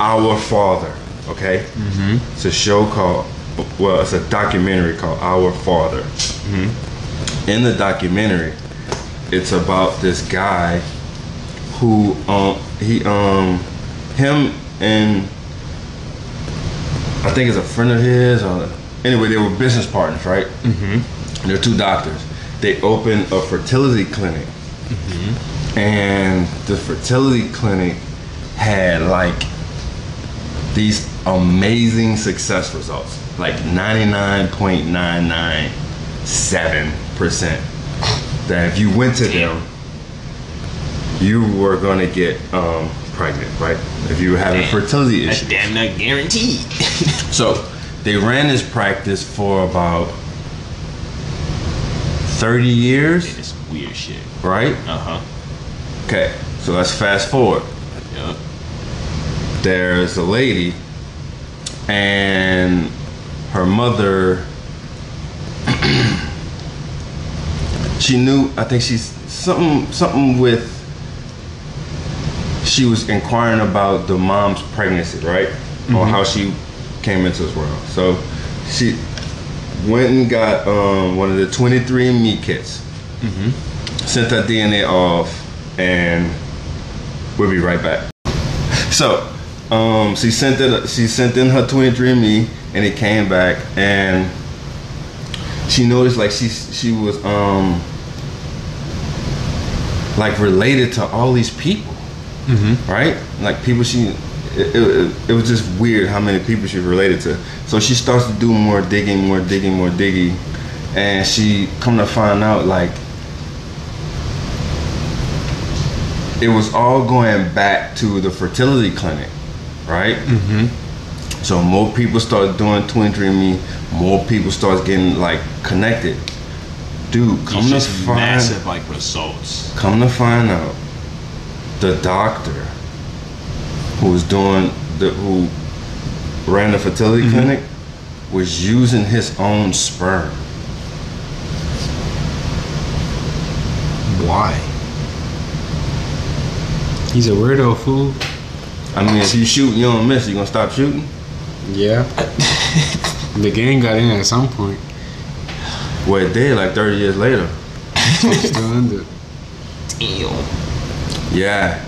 Our Father. Okay. Mm-hmm. It's a show called. Well, it's a documentary called Our Father. Mm-hmm. In the documentary, it's about this guy who um he um him and I think it's a friend of his or anyway they were business partners, right? Mm-hmm. They're two doctors. They opened a fertility clinic and the fertility clinic had like these amazing success results like 99.997% that if you went to them you were going to get um, pregnant right if you were having fertility That's issues damn not guaranteed. so they ran this practice for about 30 years it's weird shit. right Uh huh. okay so let's fast forward Yup. there's a lady and her mother she knew i think she's something something with she was inquiring about the mom's pregnancy right or how she came into this world so she went and got um, one of the 23andme kits sent that dna off and we'll be right back so, um, she sent it. She sent in her 23andMe, and it came back, and she noticed like she she was um like related to all these people, Mm-hmm, right? Like people she. It, it, it was just weird how many people she related to. So she starts to do more digging, more digging, more digging, and she come to find out like it was all going back to the fertility clinic, right? Mm-hmm. So more people started doing 23andMe, more people started getting like connected. Dude, come It's to just find massive like results. Come to find out, the doctor who was doing the who ran the fertility clinic was using his own sperm. Why? He's a weirdo fool. I mean, if you shoot, and you don't miss. You gonna stop shooting? Yeah. the game got in at some point. Well, it did like 30 years later. It's still under. Yeah,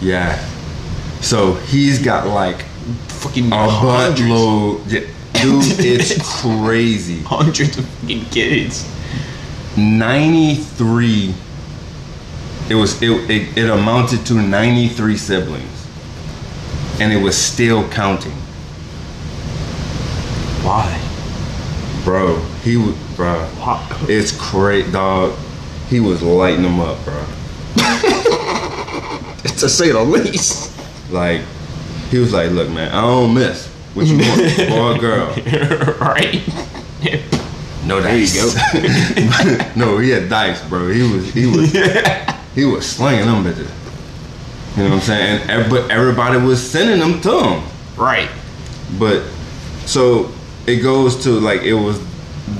yeah. So he's got like Fucking a hundreds, buttload. Yeah, dude, it's crazy. hundreds of fucking kids. 93 it was it, it, it amounted to 93 siblings and it was still counting Why? bro he was bro Why? it's crazy dog he was lighting them up bro To say the least. like he was like look man i don't miss what you want boy or girl right? no dice there you go no he had dice bro he was he was he was slinging them bitches you know what i'm saying and ev- but everybody was sending them to him right. But so it goes to like it was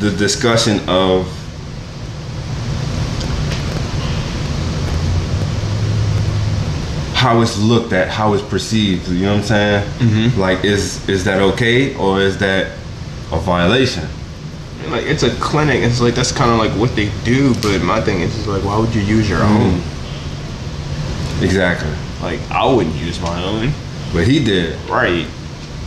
the discussion of how it's looked at, how it's perceived. You know what I'm saying? Like, is is that okay or is that a violation? Like it's a clinic. It's like that's kind of like what they do. But my thing is, is like, why would you use your own? Exactly. Like I Mm. wouldn't use my own. But he did. Right.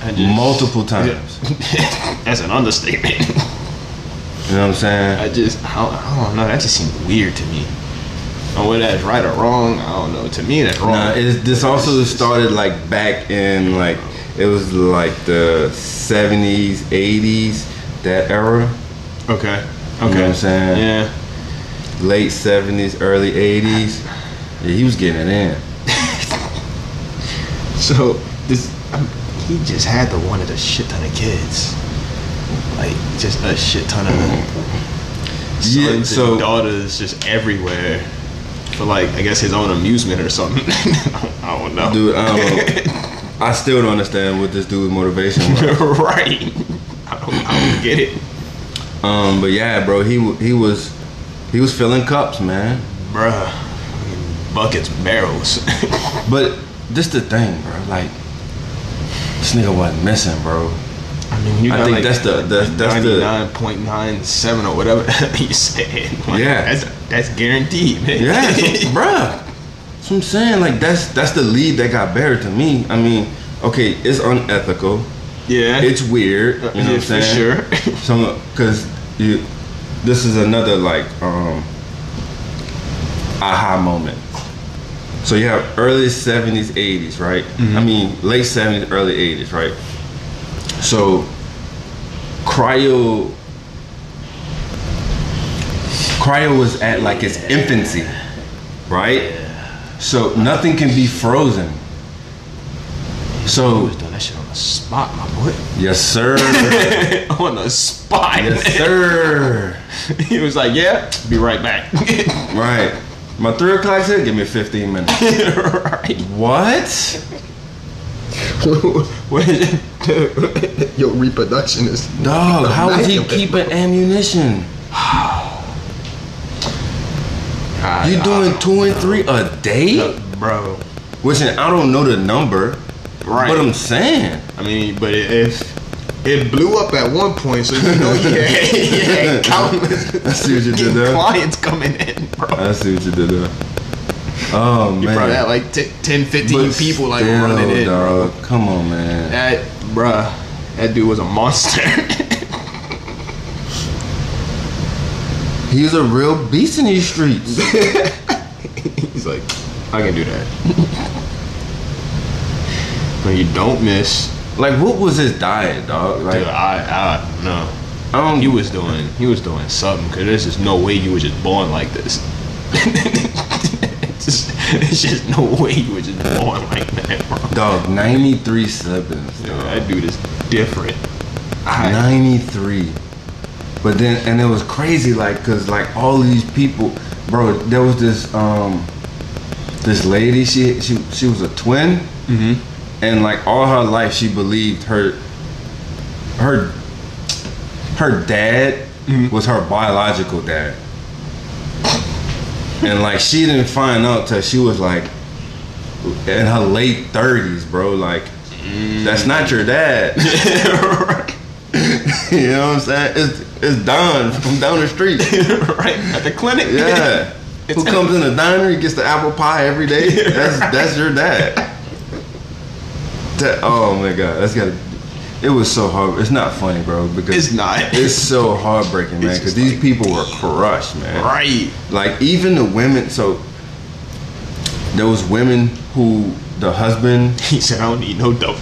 I I just- multiple times. That's an understatement. You know what I'm saying? I just, I don't, I don't know. That just seemed weird to me. And whether that's right or wrong, I don't know. To me, that's wrong. Nah, it's, this also started like back in like it was like the 70s, 80s, that era, okay. Okay. know what I'm saying? Yeah. late 70s, early 80s. Yeah, he was getting it in. So this, i he just had the one of a shit ton of kids, like just a shit ton of sons Yeah, so- and daughters just everywhere for like I guess his own amusement or something. I don't know, Dude, I don't know. I still don't understand what this dude's motivation was. right? I don't, I don't get it, Um, but yeah, bro, he wa- he was he was filling cups, man. bruh. Buckets, barrels. But this the thing, bro. Like this nigga wasn't missing, bro. I mean, you I got, think like, that's the- that's- that's the- 99.97 or whatever you said. Like, Yeah. that's that's guaranteed, man. Yeah, so, bruh. That's what I'm saying. Like that's that's the lead that got buried to me. I mean, okay, it's unethical. yeah, It's weird. You know what Uh, yeah, I'm for saying? sure. So, cause you, this is another like um, aha moment. So you have early '70s, '80s, right? I mean, late '70s, early '80s, right? So, cryo, cryo was at like its infancy, right? So nothing can be frozen. So was doing that shit on the spot, my boy. yes, sir. on the spot. yes, sir. he was like, "Yeah, be right back." Right. My three o'clock said, give me 15 minutes. right. what? What is it? Yo, reproduction is. Dog, how is he keeping ammunition? Ah, You doing two and three a day? bro? Which and I don't know the number, Right. but um, I'm saying. I mean, but it, if It blew up at one point, so you know you had yeah, countless I see what you did there. clients coming in, bro. I see what you did there. Oh man. you probably had like t- 10, 15 But people like still, running in. Dog. Come on, man. That, bruh, that dude was a monster. He was a real beast in these streets. He's like, I can do that. when you don't miss, like, what was his diet, dog? Like, dude, I, I don't know. I don't He was doing, he was doing something. Cause there's just no way you were just born like this. It's just- There's just no way you were just born like that, bro. Dog, 93 slippings, Dude, dog. that dude is different. I, 93. But then, and it was crazy, like, cause like all these people, bro. There was this, um, this lady. She she she was a twin, and like all her life, she believed her, her, her dad was her biological dad. and like she didn't find out till she was like in her late thirties, bro. Like that's not your dad. you know what I'm saying? It's it's Don from down the street. right at the clinic. Yeah. Who comes in the diner? He gets the apple pie every day. That's that's your dad. That- oh my god, that's got. It was so hard. It's not funny, bro. Because It's not. It's so heartbreaking, man. It's Because just these like, people were crushed, man Right. like even the women so there was women who the husband He said, I don't need no dope.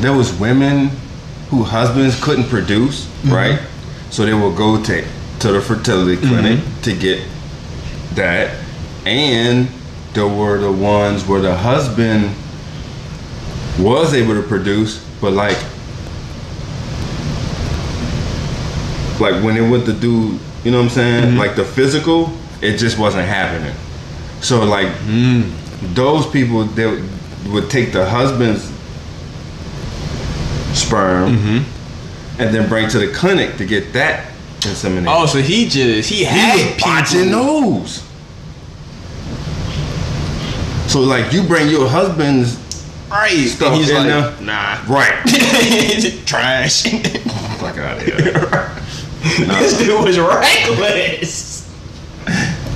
there was women who husbands couldn't produce Mm-hmm. right so they would go to to the fertility clinic Mm-hmm. to get that and there were the ones where the husband was able to produce but like like when it went to do you know what i'm saying like the physical it just wasn't happening so like those people that would take the husband's sperm and then bring to the clinic to get that inseminated. Oh, so he just he had He was botching those. So like you bring your husband's right. stuff he's in like, there. nah, right. trash. Fuck out of here. This dude was reckless.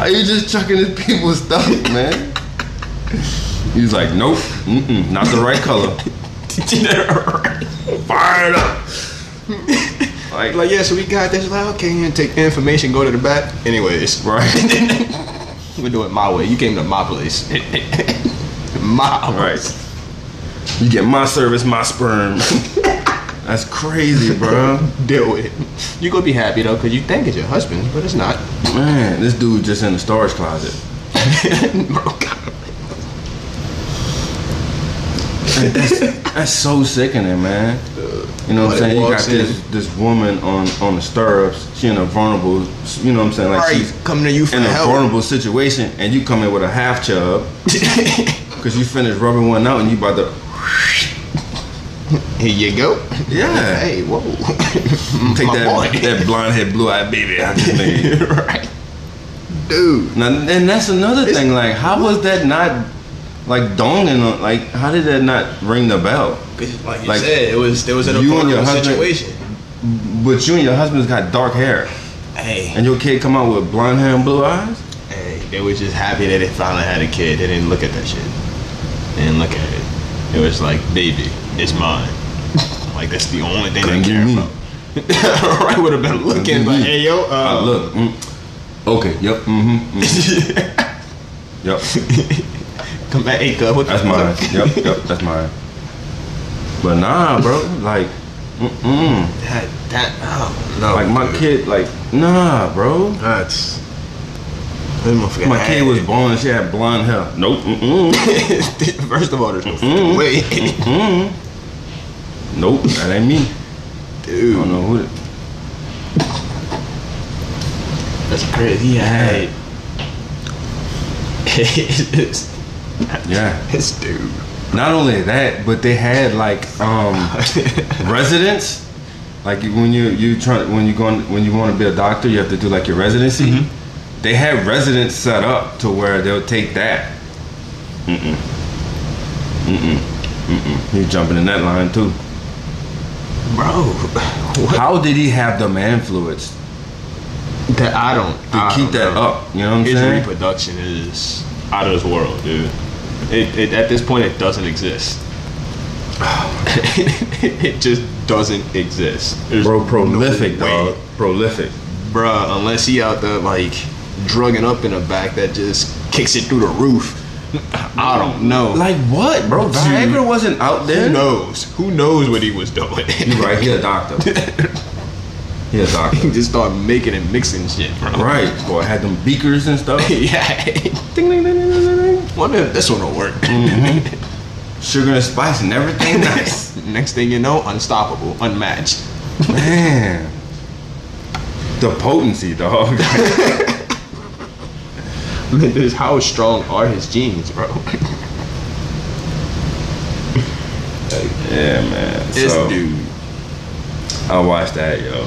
Are you just chucking this people's stuff, man? He's like, nope, mm-mm, not the right color. Did you Fired up. like, like, yeah, so we got this. Like, okay, you take the information, go to the back. Anyways, Right. we do it my way. You came to my place. my Right. You get my service, my sperm. That's crazy, bro. Deal with it. You gonna be happy though, cause you think it's your husband, but it's not. Man, this dude just in the storage closet. Bro, God. That's so sickening, man. You know what I'm saying? Like, You got walks in. this this woman on on the stirrups. She in a vulnerable. You know what I'm saying? Like Right, she's coming to you for in a help. vulnerable situation, and you come in with a half chub because you finished rubbing one out, and you about to Here you go. Yeah. Hey, whoa. take My that boy. that blonde head, blue eyed baby out your thing. right, dude. Now, and that's another thing. Like, how was that not like donging? On, like, how did that not ring the bell? Like you Like, said, it was there was an you and your uncomfortable husband- situation. But you and your husband's got dark hair, Hey, and your kid come out with blonde hair and blue eyes. hey, they was just happy that they finally had a kid. They didn't look at that shit. They didn't look at it. It was like, baby, it's mine. like that's the only thing Couldn't they get care me. about. right, would have been looking get like, me. hey yo, uh, I look. Mm, okay. Yep. Mm-hmm. yep. Come back, hey, cuz, what the That's mine. fuck? Yep. Yep. That's mine. But nah, bro. Like, mm-mm. That, that, oh, no. Like my dude. kid. Like, nah, bro. That's. that motherfucker My had kid was it. born. She had blonde hair. Nope. Mm-mm. First of all, there's no Mm-hmm. fucking way. Mm. Nope, that ain't me. I don't Dude, know who. The, that's crazy. He had. it's, yeah. it's dude. Not only that, but they had like um residents. Like you- when you you try when you going when you want to be a doctor, you have to do like your residency. Mm-hmm. They had residents set up to where they'll take that. Mm mm mm mm mm. He's jumping in that line too. Bro, what? How did he have the man fluids That I don't. to I keep don't that know. up? You know what I'm His saying? reproduction is out of this world, dude. It, it, at this point, it doesn't exist. it just doesn't exist. There's Bro, prolific no way. dog, prolific. Bruh, unless he out there, like, drugging up in the back that just kicks it through the roof. I don't know. Like what, bro? Viagra wasn't out there. Who knows? Who knows what he was doing? You right? He a doctor. he a he doctor. just started making and mixing shit, bro. right, boy. Had them beakers and stuff. yeah. Ding, ding, ding, ding, ding, ding. Wonder if this one will work. Sugar and spice and everything nice. Next thing you know, unstoppable, unmatched. Man, the potency, dog. This- How strong are his genes, bro? yeah, man. This so, dude. I watched that, yo.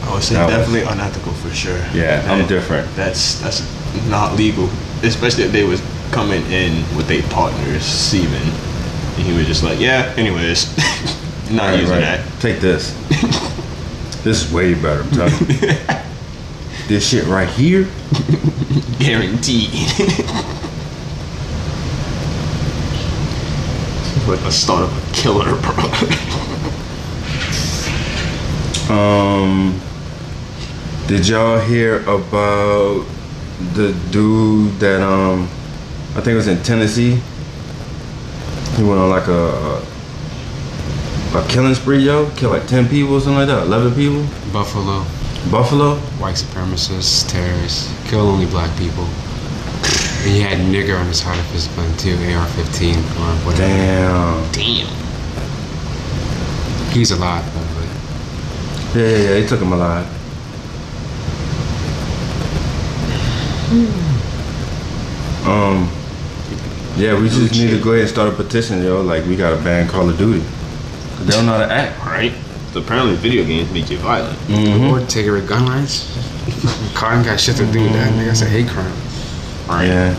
I would say That was- definitely unethical for sure. Yeah, I'm That- different. That's that's not legal, especially if they was coming in with a partner's semen. And he was just like, yeah. Anyways, not Right, using right. that. Take this. this is way better. I'm telling you. this shit right here. Guaranteed. Like the start of a killer, bro. Um, did y'all hear about the dude that um, I think it was in Tennessee. He went on like a a killing spree, yo, killed like ten people, something like that, eleven people. Buffalo, Buffalo. white supremacists, terrorists, kill only black people. And he had nigger on his heart of his gun too, AR-15 or whatever. Damn. Damn. He's alive though, but Yeah, yeah, yeah. They took him alive. Um. Yeah, we just need to go ahead and start a petition, yo. Like, we gotta ban Call of Duty. 'Cause They don't know how to act. right? So apparently, video games make you violent. Mm-hmm. or take her gun rights. Cotton got shit to do with that. Nigga, that's a hate crime. Right? Yeah.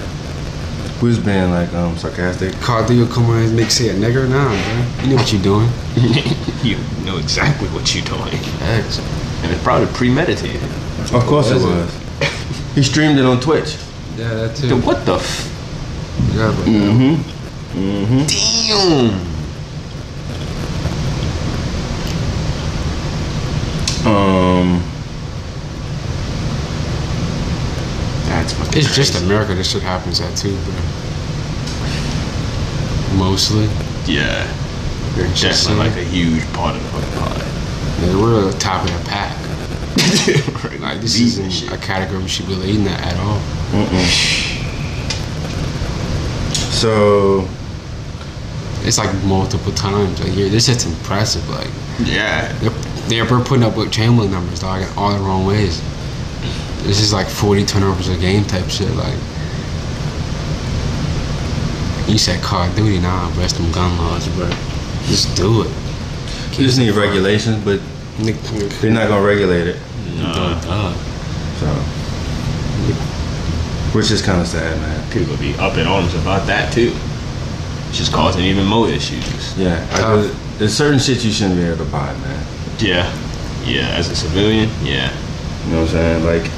We was being like um sarcastic. Call of Duty come on and make say a nigger? Nah, bro. You know what you're doing. you know exactly what you're doing, Facts. and it's probably premeditated. Of course it Was it? was. He streamed it on Twitch. Yeah, that too. Dude, what the? F- Mm. Yeah, but Mm-hmm. Damn. Um, That's fucking It's just a miracle this shit happens at too, bro. Mostly. Yeah, They're just definitely like a huge part of the fucking pie. yeah, we're the top of the pack. Like this Bees and isn't a category we should be leading at at all. so It's like multiple times. Like yeah, this shit's impressive. Like Yeah, they're, they're we're putting up with Chamberlain numbers, dog, in all the wrong ways. This is like 40 turnovers a game type shit. Like you said, Call of Duty, nah, bro. It's them gun laws, bro. Just do it. you just need regulations, but Nick, Nick, they're not gonna regulate it. dog, dog. So, which is kind of sad, man. people will be up in arms about that too. It's just causing even more issues. Yeah, I, Tough. there's- there's certain shit you shouldn't be able to buy, man. Yeah, yeah. As a civilian, yeah. You know what I'm saying? Like,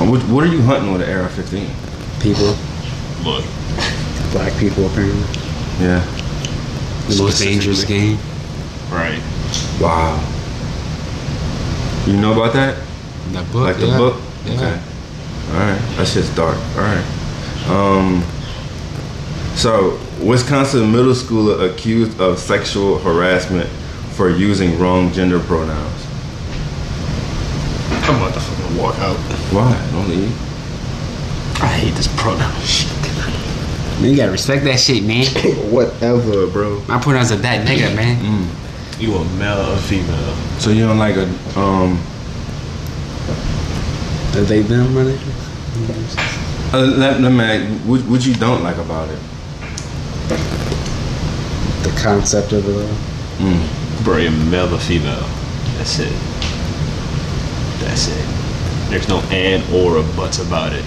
and what, what are you hunting with an AR-15? people. Look, Black people apparently. Yeah. The most dangerous game. right. Wow. You know about that? That book, Like the yeah. book? Yeah. Okay. All right. That shit's dark. All right. Um. So, Wisconsin middle schooler accused of sexual harassment for using wrong gender pronouns. I'm about to fucking walk out. Why? Don't leave. I hate this pronoun shit. Man, you gotta respect that shit, man. Whatever, bro. My pronouns are that nigga, man. You a male or female? So you don't like a um Are they them, man? Uh, let, let me ask, what, what you don't like about it? The concept of it all. Bro, you're male or female. That's it. That's it. There's no and or a buts about it.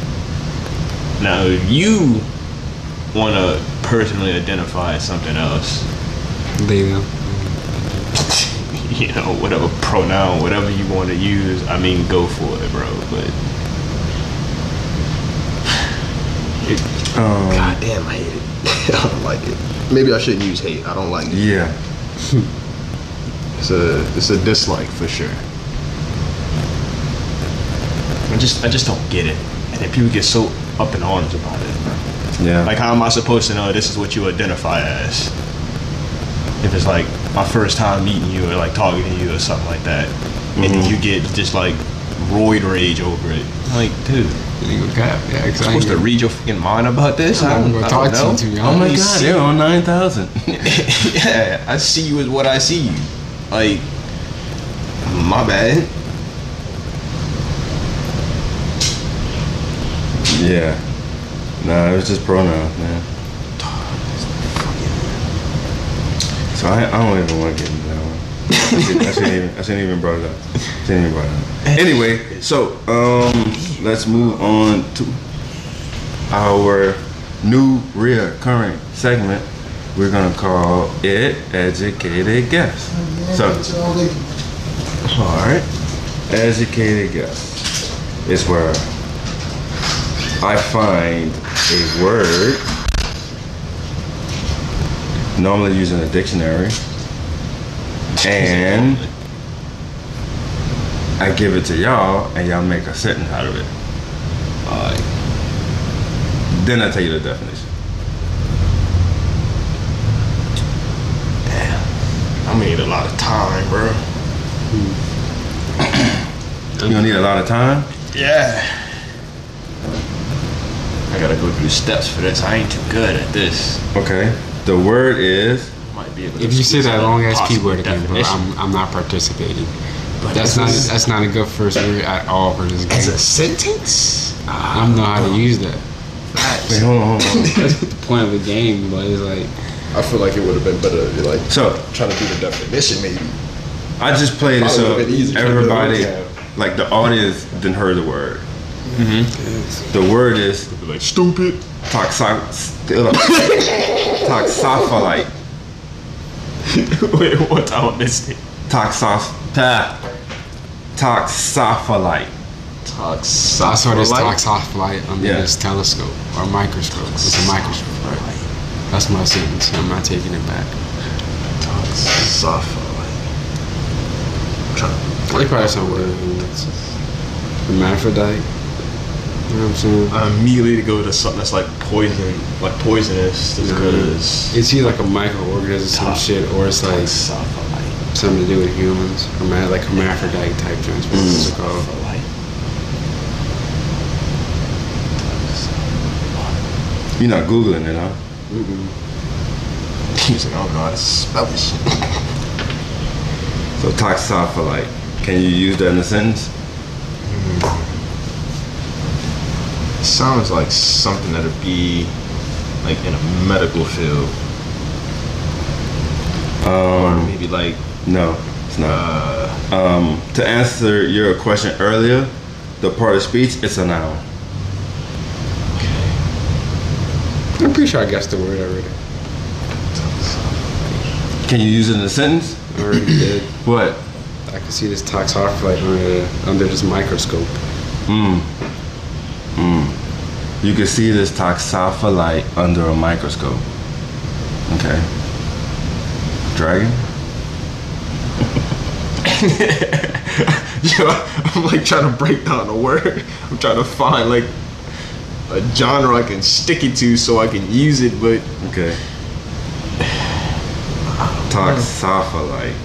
Now, if you want to personally identify as something else, They uh, them. you know, whatever pronoun, whatever you want to use, I mean, go for it, bro. But Um, God damn, I hate it. I don't like it. Maybe I shouldn't use hate. I don't like it. yeah. It's a it's a dislike for sure. I just, I just don't get it. And then people get so up in arms about it. Yeah. Like, how am I supposed to know this is what you identify as? If it's like my first time meeting you or like talking to you or something like that, and Mm-hmm. you get just like roid rage over it. Like, dude, They go cap. Yeah, I'm supposed to exactly. read your fucking mind about this? I I'm don't, gonna I talk don't to know. you too, y'all. oh my you God, see- they're on 9,000. yeah, I see you as what I see you. Like, my bad. yeah. Nah, it was just pronouns, man. So I, I don't even want to get into that one. I shouldn't- I shouldn't even, I shouldn't even brought it up. Shouldn't even brought it up. Anyway, so um, let's move on to our new recurring segment. We're gonna call it Educated Guess. So, all right, Educated Guess is where I find a word normally using a dictionary and I give it to y'all and y'all make a sentence out of it. Then I tell you the definition. I'm gonna need a lot of time, bro. You don't need a lot of time. Yeah. I gotta go through the steps for this. I ain't too good at this. Okay. The word is Might be able to If you say squeeze that out a long ass possible keyword again, bro, definition. I'm, I'm not participating. But That's not that's not a good first word at all for this As game. a sentence? I don't know how to use that. wait, hold on, hold on. That's the point of the game, but it's like I feel like it would have been better if you like So trying to do the definition maybe. I just played it Probably so would've been easier to do it everybody, one time. like the audience, didn't hear the word. Mm-hmm. The word is Like stupid. toxo- toxopholite. Wait, what? I missed it. Toxoph- ta- Toxopholite. Tox. I saw this toxopholite under Yeah. this telescope or microscope. It's a microscope. That's my sentence. I'm not taking it back. Toxopholite. trying to. They probably somewhere in Texas. Hermaphrodite. You know what I'm saying? I immediately to go to something that's like poison, like poisonous, just Yeah. because. It's either like a microorganism or some Top. shit, or it's like something to do with humans. Herma- like hermaphrodite type joints. What Mm. is it called? You're not googling it, huh? He's like, I don't know how to spell this shit. So toxopholite. Can you use that in a sentence? sounds like something that'd be like in a medical field. or Um, maybe like no, it's not. uh, Um, to answer your question earlier, the part of speech, it's a noun. I'm pretty sure I guessed the word already. Can you use it in a sentence? I already did. What? I could see this toxophyte under, under this microscope. Mm. Mm. You can see this toxopholite under a microscope. Okay. Dragon? yo, I'm like trying to break down a word. I'm trying to find like a genre I can stick it to so I can use it, but Okay. Toxopholite.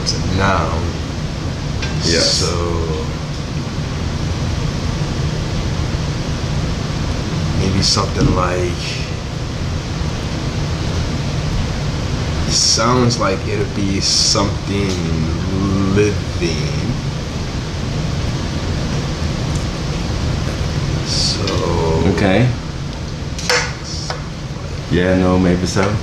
it's a noun. Yes. So maybe something like it sounds like it'll be something living. So Okay. Yeah, no, maybe so.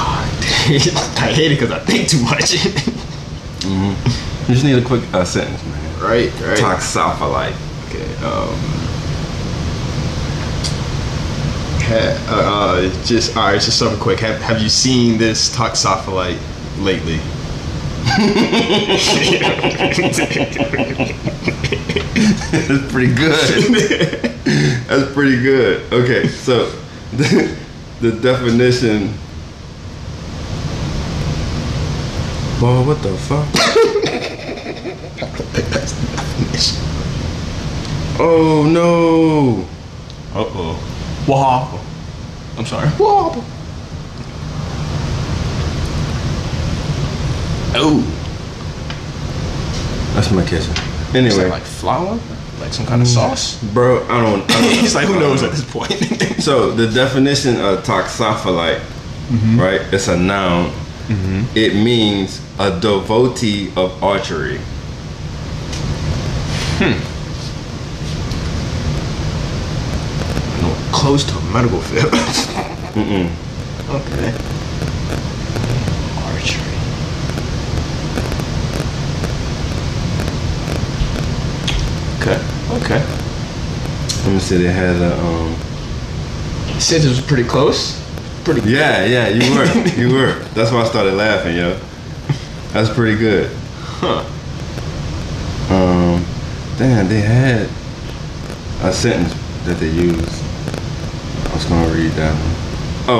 I hate it because I think too much. You just need a quick uh, sentence, man. right, right. Toxopholite. Okay. Um, ha, uh, uh, just all right. Just something quick. Have Have you seen this toxopholite lately? That's pretty good. That's pretty good. Okay, so the, the definition. Boy, what the fuck? Oh no! Uh oh. Wah. I'm sorry. Wah. Oh. That's my kitchen. Is that Anyway, like flour? Like some kind of sauce? bro, I don't. I don't He's like, who knows at this point? So the definition of toxopholite, Mm-hmm. right? It's a noun. It means a devotee of archery. no, close to a medical field. Mm-mm. okay. Archery. Okay. Oh, Okay. Let me see. They had a. Um, Since it was pretty close, pretty yeah, yeah. You were. you were. That's why I started laughing, yo. That's pretty good. Huh. Um, damn, they had a sentence that they used. I was gonna read that one.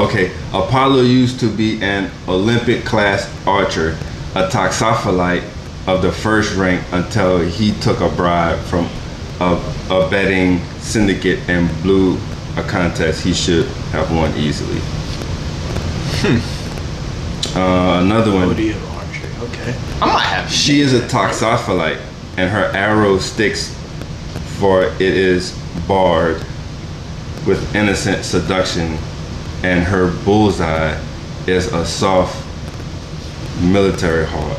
Oh, okay. Apollo used to be an Olympic class archer, a toxopholite of the first rank until he took a bribe from a, a betting syndicate and blew a contest he should have won easily. Hmm. Uh, another one. Body of archery. Okay. I might have. She is a toxopholite, and her arrow sticks, for it is barred with innocent seduction, and her bullseye is a soft military heart.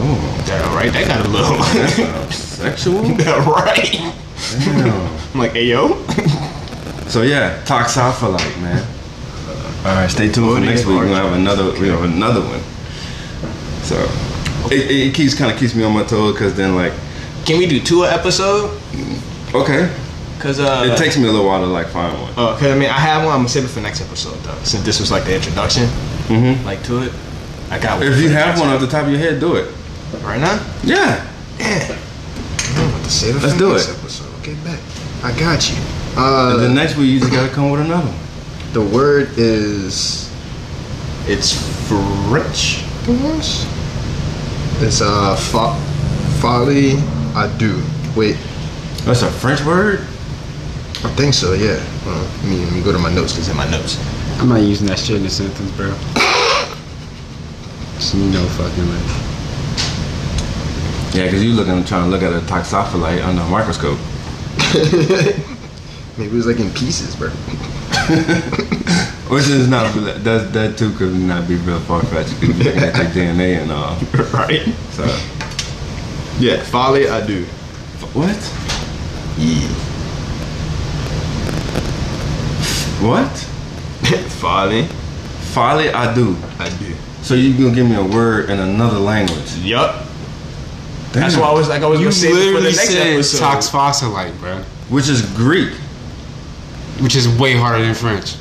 Oh, Damn right. That got that a little. sounds sexual. Damn right. Damn. I'm like, hey yo. So yeah, toxopholite, man. All right, stay tuned for next week. We're gonna have another, we have another one. So it, it keeps kind of keeps me on my toes because then like, Can we do two a episode? okay, Cause uh. it takes me a little while to like find one. Oh, cause I mean, I have one. I'm gonna save it for next episode though, since this was like the introduction, Mm-hmm. like to it. I got one. If you for the have next one off the top of your head, do it. right now. Yeah. Yeah. I'm about to save it Let's for do next it. episode. Okay, bet. I got you. Uh, the next week you just gotta come with another one. The word is it's French. It's uh fo- folly I do. Wait, That's a French word. I think so. Yeah. Well, let, me, let me go to my notes. 'cause It's in my notes. I'm not using that shit in a sentence, bro. Just no fucking way. Yeah, because you looking trying to look at a toxophyllite under a microscope. Maybe it was like in pieces, bro. Which is not that that too could not be real far fetched. You looking at your DNA and all. right. So Yeah. Folly I do. what? E. Yeah. What? folly Folly I do. I do. So you gonna give me a word in another language? Yup. Damn. That's why I was like, I was You gonna say it for the literally next said episode. toxphosilite, bro, Which is Greek. which is way harder than French.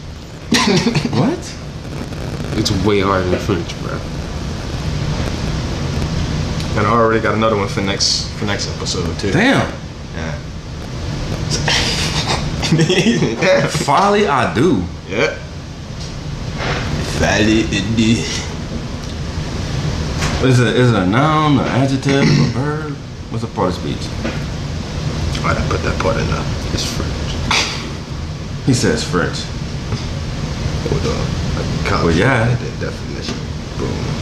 What? It's way harder than French, bro. And I already got another one for next for next episode too. Damn. Yeah. yeah. Folly I do. Yeah. Folly I do. Is it is it a noun, an adjective, a verb? What's a part of speech? Why'd I put that part in there? It's French. He says French. Hold on. I can copy Well, yeah. the definition. Boom.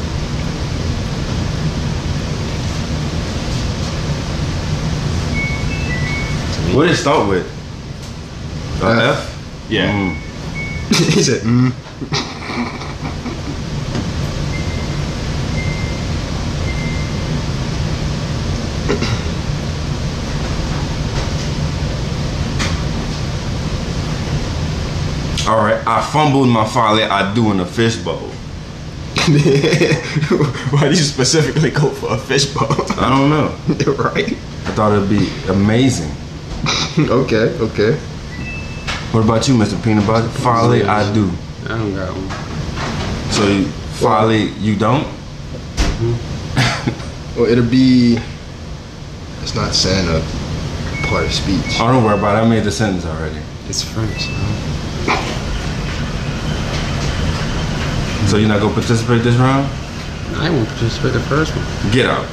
What did it start with? A F? Yeah. Mm. Uh, he said, mm. All right. I fumbled my folly. I do in a fishbowl. Why do you specifically go for a fishbowl? I don't know. right. I thought it'd be amazing. Okay, okay. What about you, Mr. Peanut Butter? Folly I do. I don't got one. So you, folly you don't? Well, it'll be. It's not saying a part of speech. Oh, don't worry about it. I made the sentence already. It's French. So you're not gonna participate this round? Bro. I won't participate the first one. Get out.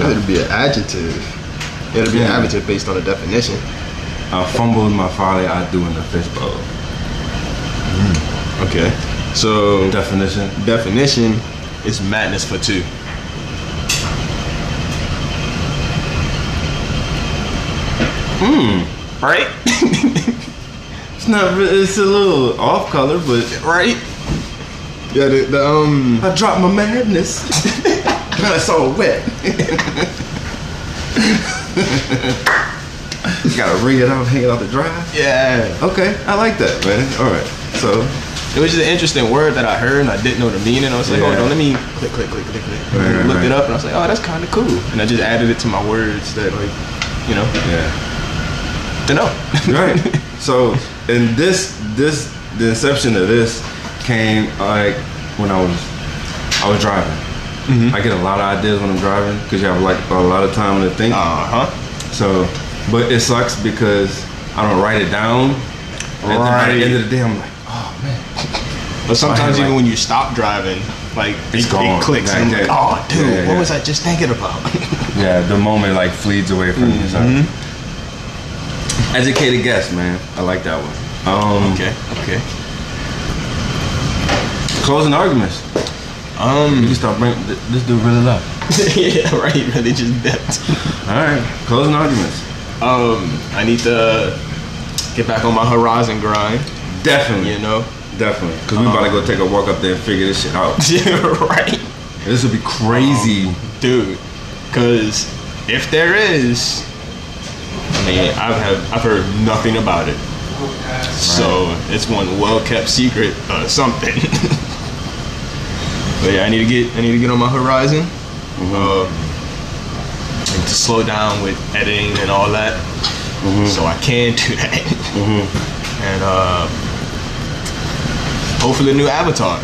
It'll be an adjective. It'll be Yeah. an adjective based on a definition. I fumbled my folly. I do in a fishbowl. Okay. So Definition. definition. It's madness for two. Hmm. Right? It's not. re- It's a little off color, but Right? Yeah. The, the um. I dropped my madness. I saw wet. you gotta wring it out, hang it out the dry. Yeah. Okay, I like that, man. All right, so It was just an interesting word that I heard and I didn't know the meaning. I was like, Yeah. hold on, let me click, click, click, click, click. Right, right, Looked right. it up and I was like, oh, that's kind of cool. And I just added it to my words that, like, you know, yeah, to know. right. So, and this, this, the inception of this came like when I was, I was driving. I get a lot of ideas when I'm driving because you have like a lot of time to think. Uh Uh-huh. huh. So, but it sucks because I don't write it down. And then by Right. the end of the day, I'm like, But sometimes like- even when you stop driving, like It's it, gone. it clicks and Like I'm like, oh, that. dude, Yeah, what yeah. was I just thinking about? yeah, the moment like flees away from you. So. Mm-hmm. Educated guess, man. I like that one. Um, okay. Okay. closing arguments. Um. You can start bringing th- this dude really left. yeah. Right. Religious depth. All right, closing arguments. Um. I need to get back on my horizon grind. Definitely, You know. definitely. Cause we about to go take a walk up there and figure this shit out. Um, Yeah, right. This would be crazy. dude. Because if there is, I mean, I've have, I've heard nothing about it. So it's one well kept secret or something. but yeah, I need to get I need to get on my horizon. Um, and to slow down with editing and all that, so I can do that. And uh, hopefully, a new avatar.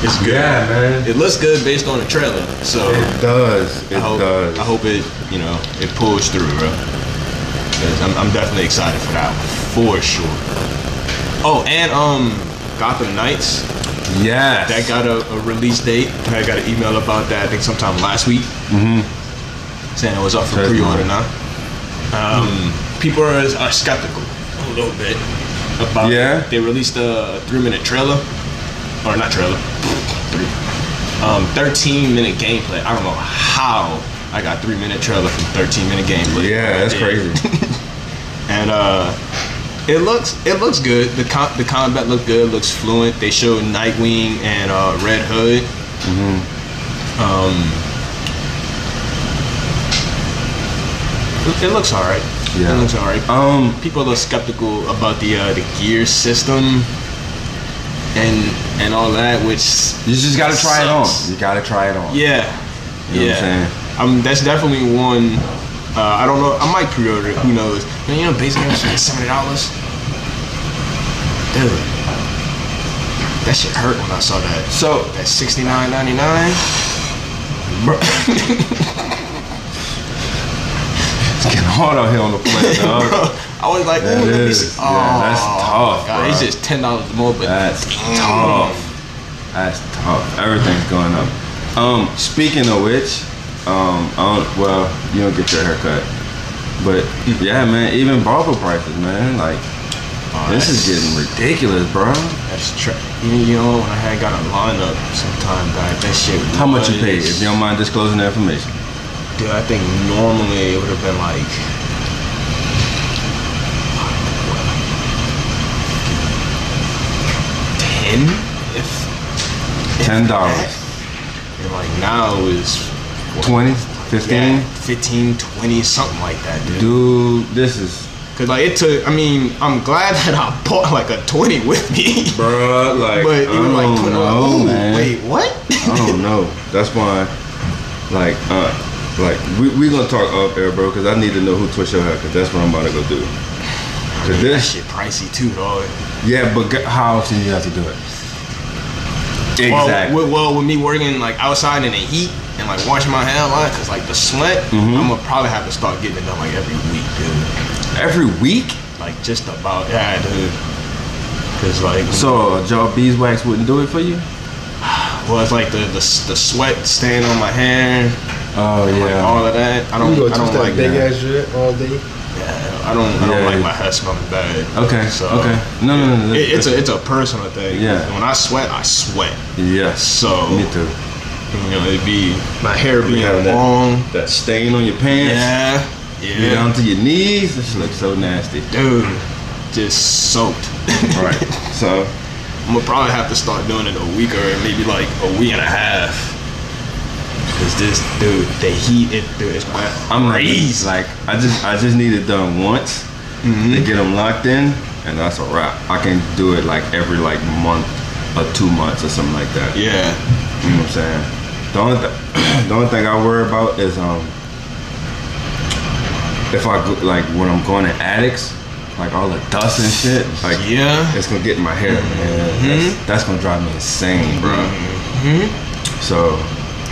It's good. Yeah, man. It looks good based on the trailer. So It does. It I hope does. I hope it you know it pulls through, bro. 'Cause I'm, I'm definitely excited for that one, for sure. Oh, and um, Gotham Knights Yes. that got a, a release date. I got an email about that. I think sometime last week, Mm-hmm. saying it was up for Sure. pre-order now. Hmm. Um, people are, are skeptical a little bit about. Yeah? They released a three-minute trailer, or not trailer, three, um, thirteen-minute gameplay. I don't know how I got three-minute trailer from thirteen-minute gameplay. Yeah, that's crazy. and uh, it looks it looks good. The com- the combat looked good. Looks fluent. They showed Nightwing and uh, Red Hood. Mm-hmm. Um, it- it looks alright. Yeah. it looks alright. um, People are skeptical about the uh, the gear system and and all that, which you just gotta try Sucks. it on. You gotta try it on. yeah. You know what yeah. I'm saying? I'm- that's definitely one. Uh, I don't know. I might pre-order it. Who knows? Man, you know, basic ass shit, seventy dollars. Dude, that shit hurt when I saw that. So, That sixty nine ninety nine. bro. it's getting hard out here on the plane, dog. I was like, ooh, That let me is- see. Oh, yeah, that's tough, God, it's bruh. just ten dollars more, but That's tough. That's tough. Everything's going up. Um, speaking of which, um, I don't, well, you don't get your haircut, but yeah, man. Even barber prices, man. Like Oh, this is that's- getting ridiculous, bro. That's true. You know, when I had got a lineup sometime back, that shit. How much you was- paid? If you don't mind disclosing the information. Dude, I think normally it would have been like. Ten, if Ten dollars, and like now is what? twenty, yeah, fifteen. 15, 20, something like that, dude. Dude, this is, Cause like it took. I mean, I'm glad that I bought like a twenty with me, bro. Like, but I even like don't twenty, know, oh, man. wait, what? I don't know. That's why, like, uh, like we we gonna talk off air, bro, because I need to know who twist your hair, because that's what I'm about to go do. Cause that this, shit pricey too, dog. yeah, but g- how often you have to do it? Well, Exactly. with- Well, with me working like outside in the heat and like washing my hair a lot, cause like the sweat, Mm-hmm. I'm gonna probably have to start getting it done like every week, dude. Every week. Like just about yeah, dude. Cause like So y'all beeswax wouldn't do it for you? well, it's like the the, the sweat staying on my hair, Oh and, like all of that. I don't, I don't like big that. ass shit all day. Yeah, I don't, I don't Yeah. like my hair smelling bad. Okay. So, okay. No, no, no. no It, it's a it's a personal thing. Yeah. When I sweat, I sweat. yes. So Me too. you know, it'd be my hair being having that- long. That stain on your pants. Yeah. Yeah. You down to your knees. This looks so nasty. dude, just soaked. Right. So I'm gonna probably have to start doing it a week or maybe like a week and a half. Cause this dude, the heat, it, dude, it's my I'm like, like I just I just need it done once to get them locked in, and that's a wrap. I can do it like every like month or two months or something like that. yeah, You know what I'm saying? The only th- the only thing I worry about is um if I go, like when I'm going to attics, like all the dust and shit, like yeah. it's gonna get in my hair, man. That's, that's gonna drive me insane, bro. So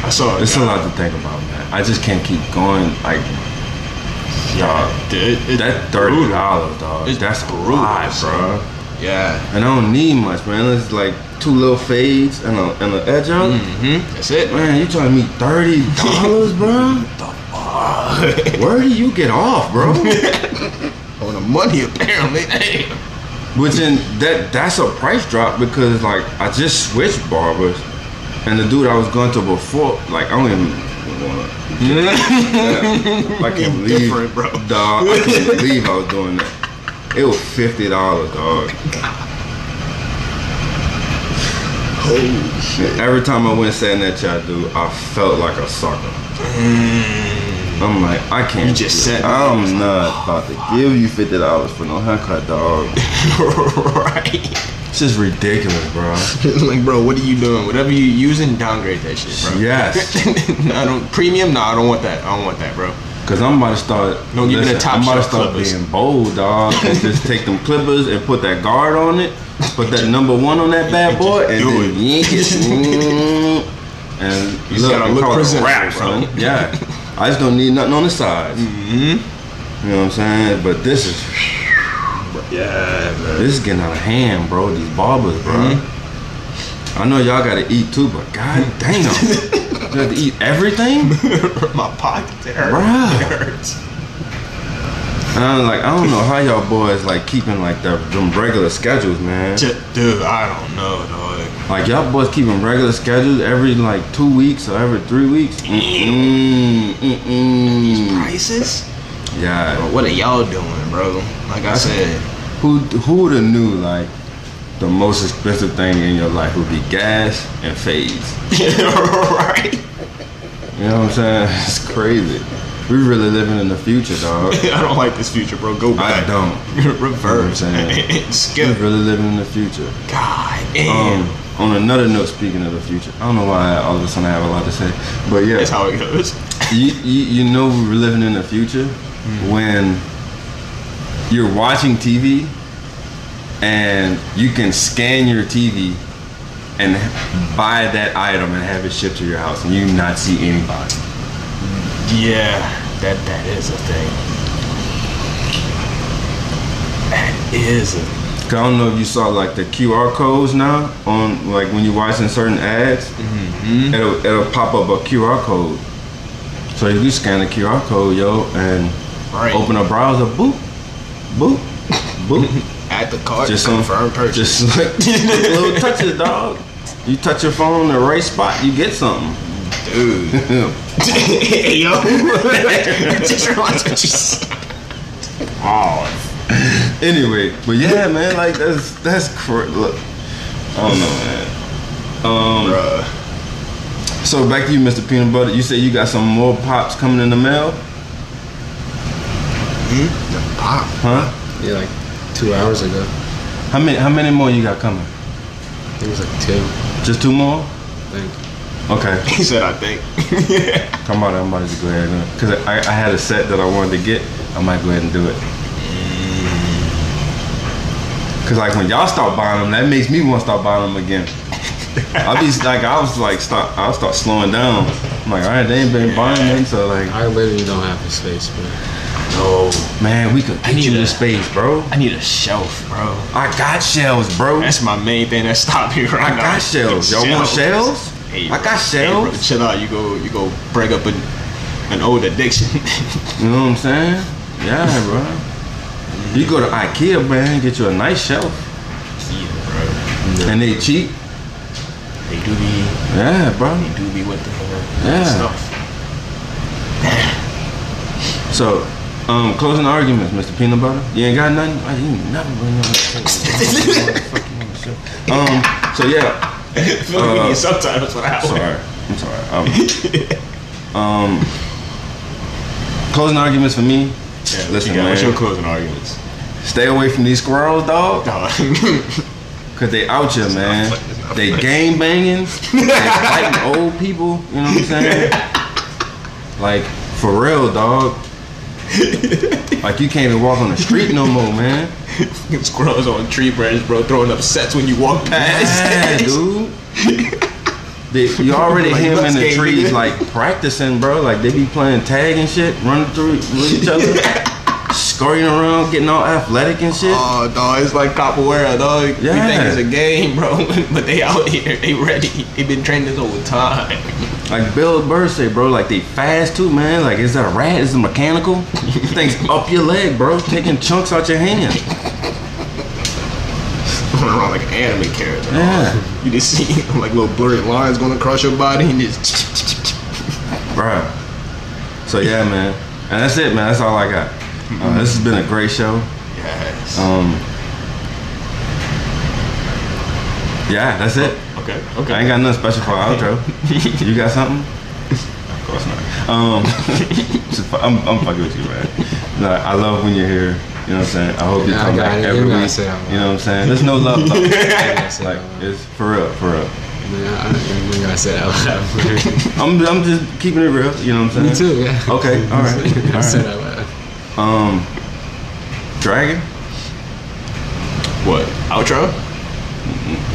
I saw it's guy- a lot to think about, man. I just can't keep going like Yeah, dude, it, it, That thirty dollars, dog. It's That's brutal, brutal, bro. yeah. And I don't need much, man. It's like two little fades and a and an edge out. Mm-hmm. That's it. Man, you trying to meet thirty dollars, bro? Where do you get off, bro? On the money, apparently. Damn. Which in that that's a price drop because like I just switched barbers, and the dude I was going to before, like I don't even want to. I can't believe, different, bro. dog. I can't believe I was doing that. It was fifty dollars, dog. Holy shit. Every time I went and sat in that chat, dude, I felt like a sucker. I'm like, I can't. Mm. You just do it. sat there. I'm not about to give you fifty dollars for no haircut, dog. right. It's just ridiculous, bro. like, bro, what are you doing? Whatever you using, downgrade that shit, bro. Yes, I don't premium. No, I don't want that. I don't want that, bro. Cause I'm about to start. No, give me the listen, Top I'm about to Shelf start Clippers. being bold, dog. And just take them clippers and put that guard on it. Put that number one on that bad boy, and do then it. yank it. Mm. and just gotta and look call it a presentable, wrap, bro. Yeah, I just don't need nothing on the sides. Mm-hmm. You know what I'm saying? But this is Yeah, man. this is getting out of hand, bro. These barbers, bro. Mm-hmm. I know y'all gotta eat too, but god damn, you have to eat everything, My pocket hurts. Bruh. It hurts. And I'm like, I don't know how y'all boys like keeping like their them regular schedules, man. Ju- Dude, I don't know, dog. Like y'all boys keeping regular schedules every like two weeks or every three weeks. Mm-mm, mm-mm. Prices? Yeah. What are y'all doing, bro? Like I said, Who who would have knew like the most expensive thing in your life would be gas and fades. right? You know what I'm saying? It's crazy. We really living in the future, dog. I don't like this future, bro. Go I back. don't. Reverse. You know what I'm We Skip. really living in the future. God damn. Um, on another note, speaking of the future, I don't know why I, all of a sudden I have a lot to say, but yeah, That's how it goes. you, you, you know we're living in the future when you're watching TV and you can scan your TV and buy that item and have it shipped to your house and you not see anybody. Yeah, that that is a thing. That is a Cause I don't know if you saw like the QR codes now on like when you're watching certain ads, it'll it'll pop up a QR code. So you can scan the QR code, yo, and right. open a browser, boop, boop, boop. at the cart. just some confirm purchase. Just like little touches, dog. You touch your phone in the right spot, you get something. Dude. hey, yo. just realized what you said. Oh, anyway, but yeah, man, like that's that's cr- look. I don't know, man. Um, bruh. So back to you, Mr. Peanut Butter. You said you got some more pops coming in the mail, Hmm? Pop. huh? Yeah, like two hours ago. How many how many more you got coming? I think it was like two. Just two more? I think. Okay. He said, I think. Come on, I'm about to go ahead and because I, I had a set that I wanted to get. I might go ahead and do it. Mm. Cause like when y'all start buying them, that makes me want to start buying them again. I be like, I was like, start, I'll start slowing down. I'm like, all right, they ain't been buying them, so like, I literally don't have the space, man. no. man, we could get need you a- the space, bro. I need a shelf, bro. I got shells, bro. That's my main thing that stopped me I right now. got shells. Y'all want shells? Hey, I bro. got Hey, bro, shells. chill out. You go. You go. Break up an an old addiction. You know what I'm saying? Yeah, bro. You go to IKEA, man, get you a nice shelf, yeah, and they cheap. bro. They do be. Yeah, bro. They do be with the uh, Yeah. stuff. So, um, closing arguments, Mr. Peanut Butter. You ain't got nothing. I you ain't never bring nothing. um. So yeah. I feel like we need subtitles for that one. Uh, Sorry. I'm sorry. Um. um closing arguments for me. Yeah, Listen, you got, What's man. your closing arguments? Stay away from these squirrels, dog. Dog. Cause they out here, man. They game banging. they fighting old people. You know what I'm saying? Like for real, dog. Like you can't even walk on the street no more, man. Fucking squirrels on tree branches, bro, throwing up sets when you walk past. Yeah, dude. They, you already Like, hear him in let's the game, trees, nigga. like practicing, bro. Like they be playing tag and shit, running through with each other, scurrying around, getting all athletic and shit. Oh, dog, it's like capoeira, dog. We Yeah. think it's a game, bro, but they out here, they ready. They been training this whole time. Like Bill Burr say, bro. Like they fast too, man. Like is that a rat? Is it mechanical? This thing's up your leg, bro. Taking chunks out your hand. Running around like an anime character. Yeah. You just see like little blurry lines going across your body and just. Bruh. So yeah, man. And that's it, man. That's all I got. Uh, this has been a great show. Yes. Um. Yeah, that's it. Oh. okay. I Okay. ain't got nothing special for an outro. you got something? Of course not. Um, just fu- I'm, I'm fucking with you, man. No, I love when you're here. You know what I'm saying? I hope you Yeah, I come got back it. every You gotta week. say that one. You know what I'm saying? There's no love, love. gotta it's say like that one. it's for real, for real. "Oh, Man, I, I remember I said out loud. I'm, I'm just keeping it real. You know what I'm saying? Me too. Yeah. Okay, all right, all I right. said out loud. Um, Dragon. What? Outro?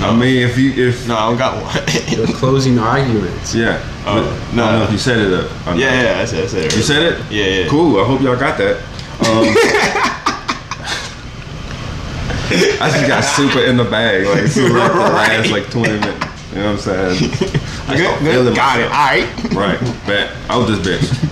I mean, if you if No, I don't got one. The closing arguments. yeah, Oh, But- no, no, uh, if you set it up. I know. yeah, yeah, I said, I said it. You said it. Yeah, yeah. Cool. I hope y'all got that. Um, I just got super in the bag, like super up the last like 20 minutes. You know what I'm saying? I Good, good. got it. All right. Right. Bet. I was this bitch.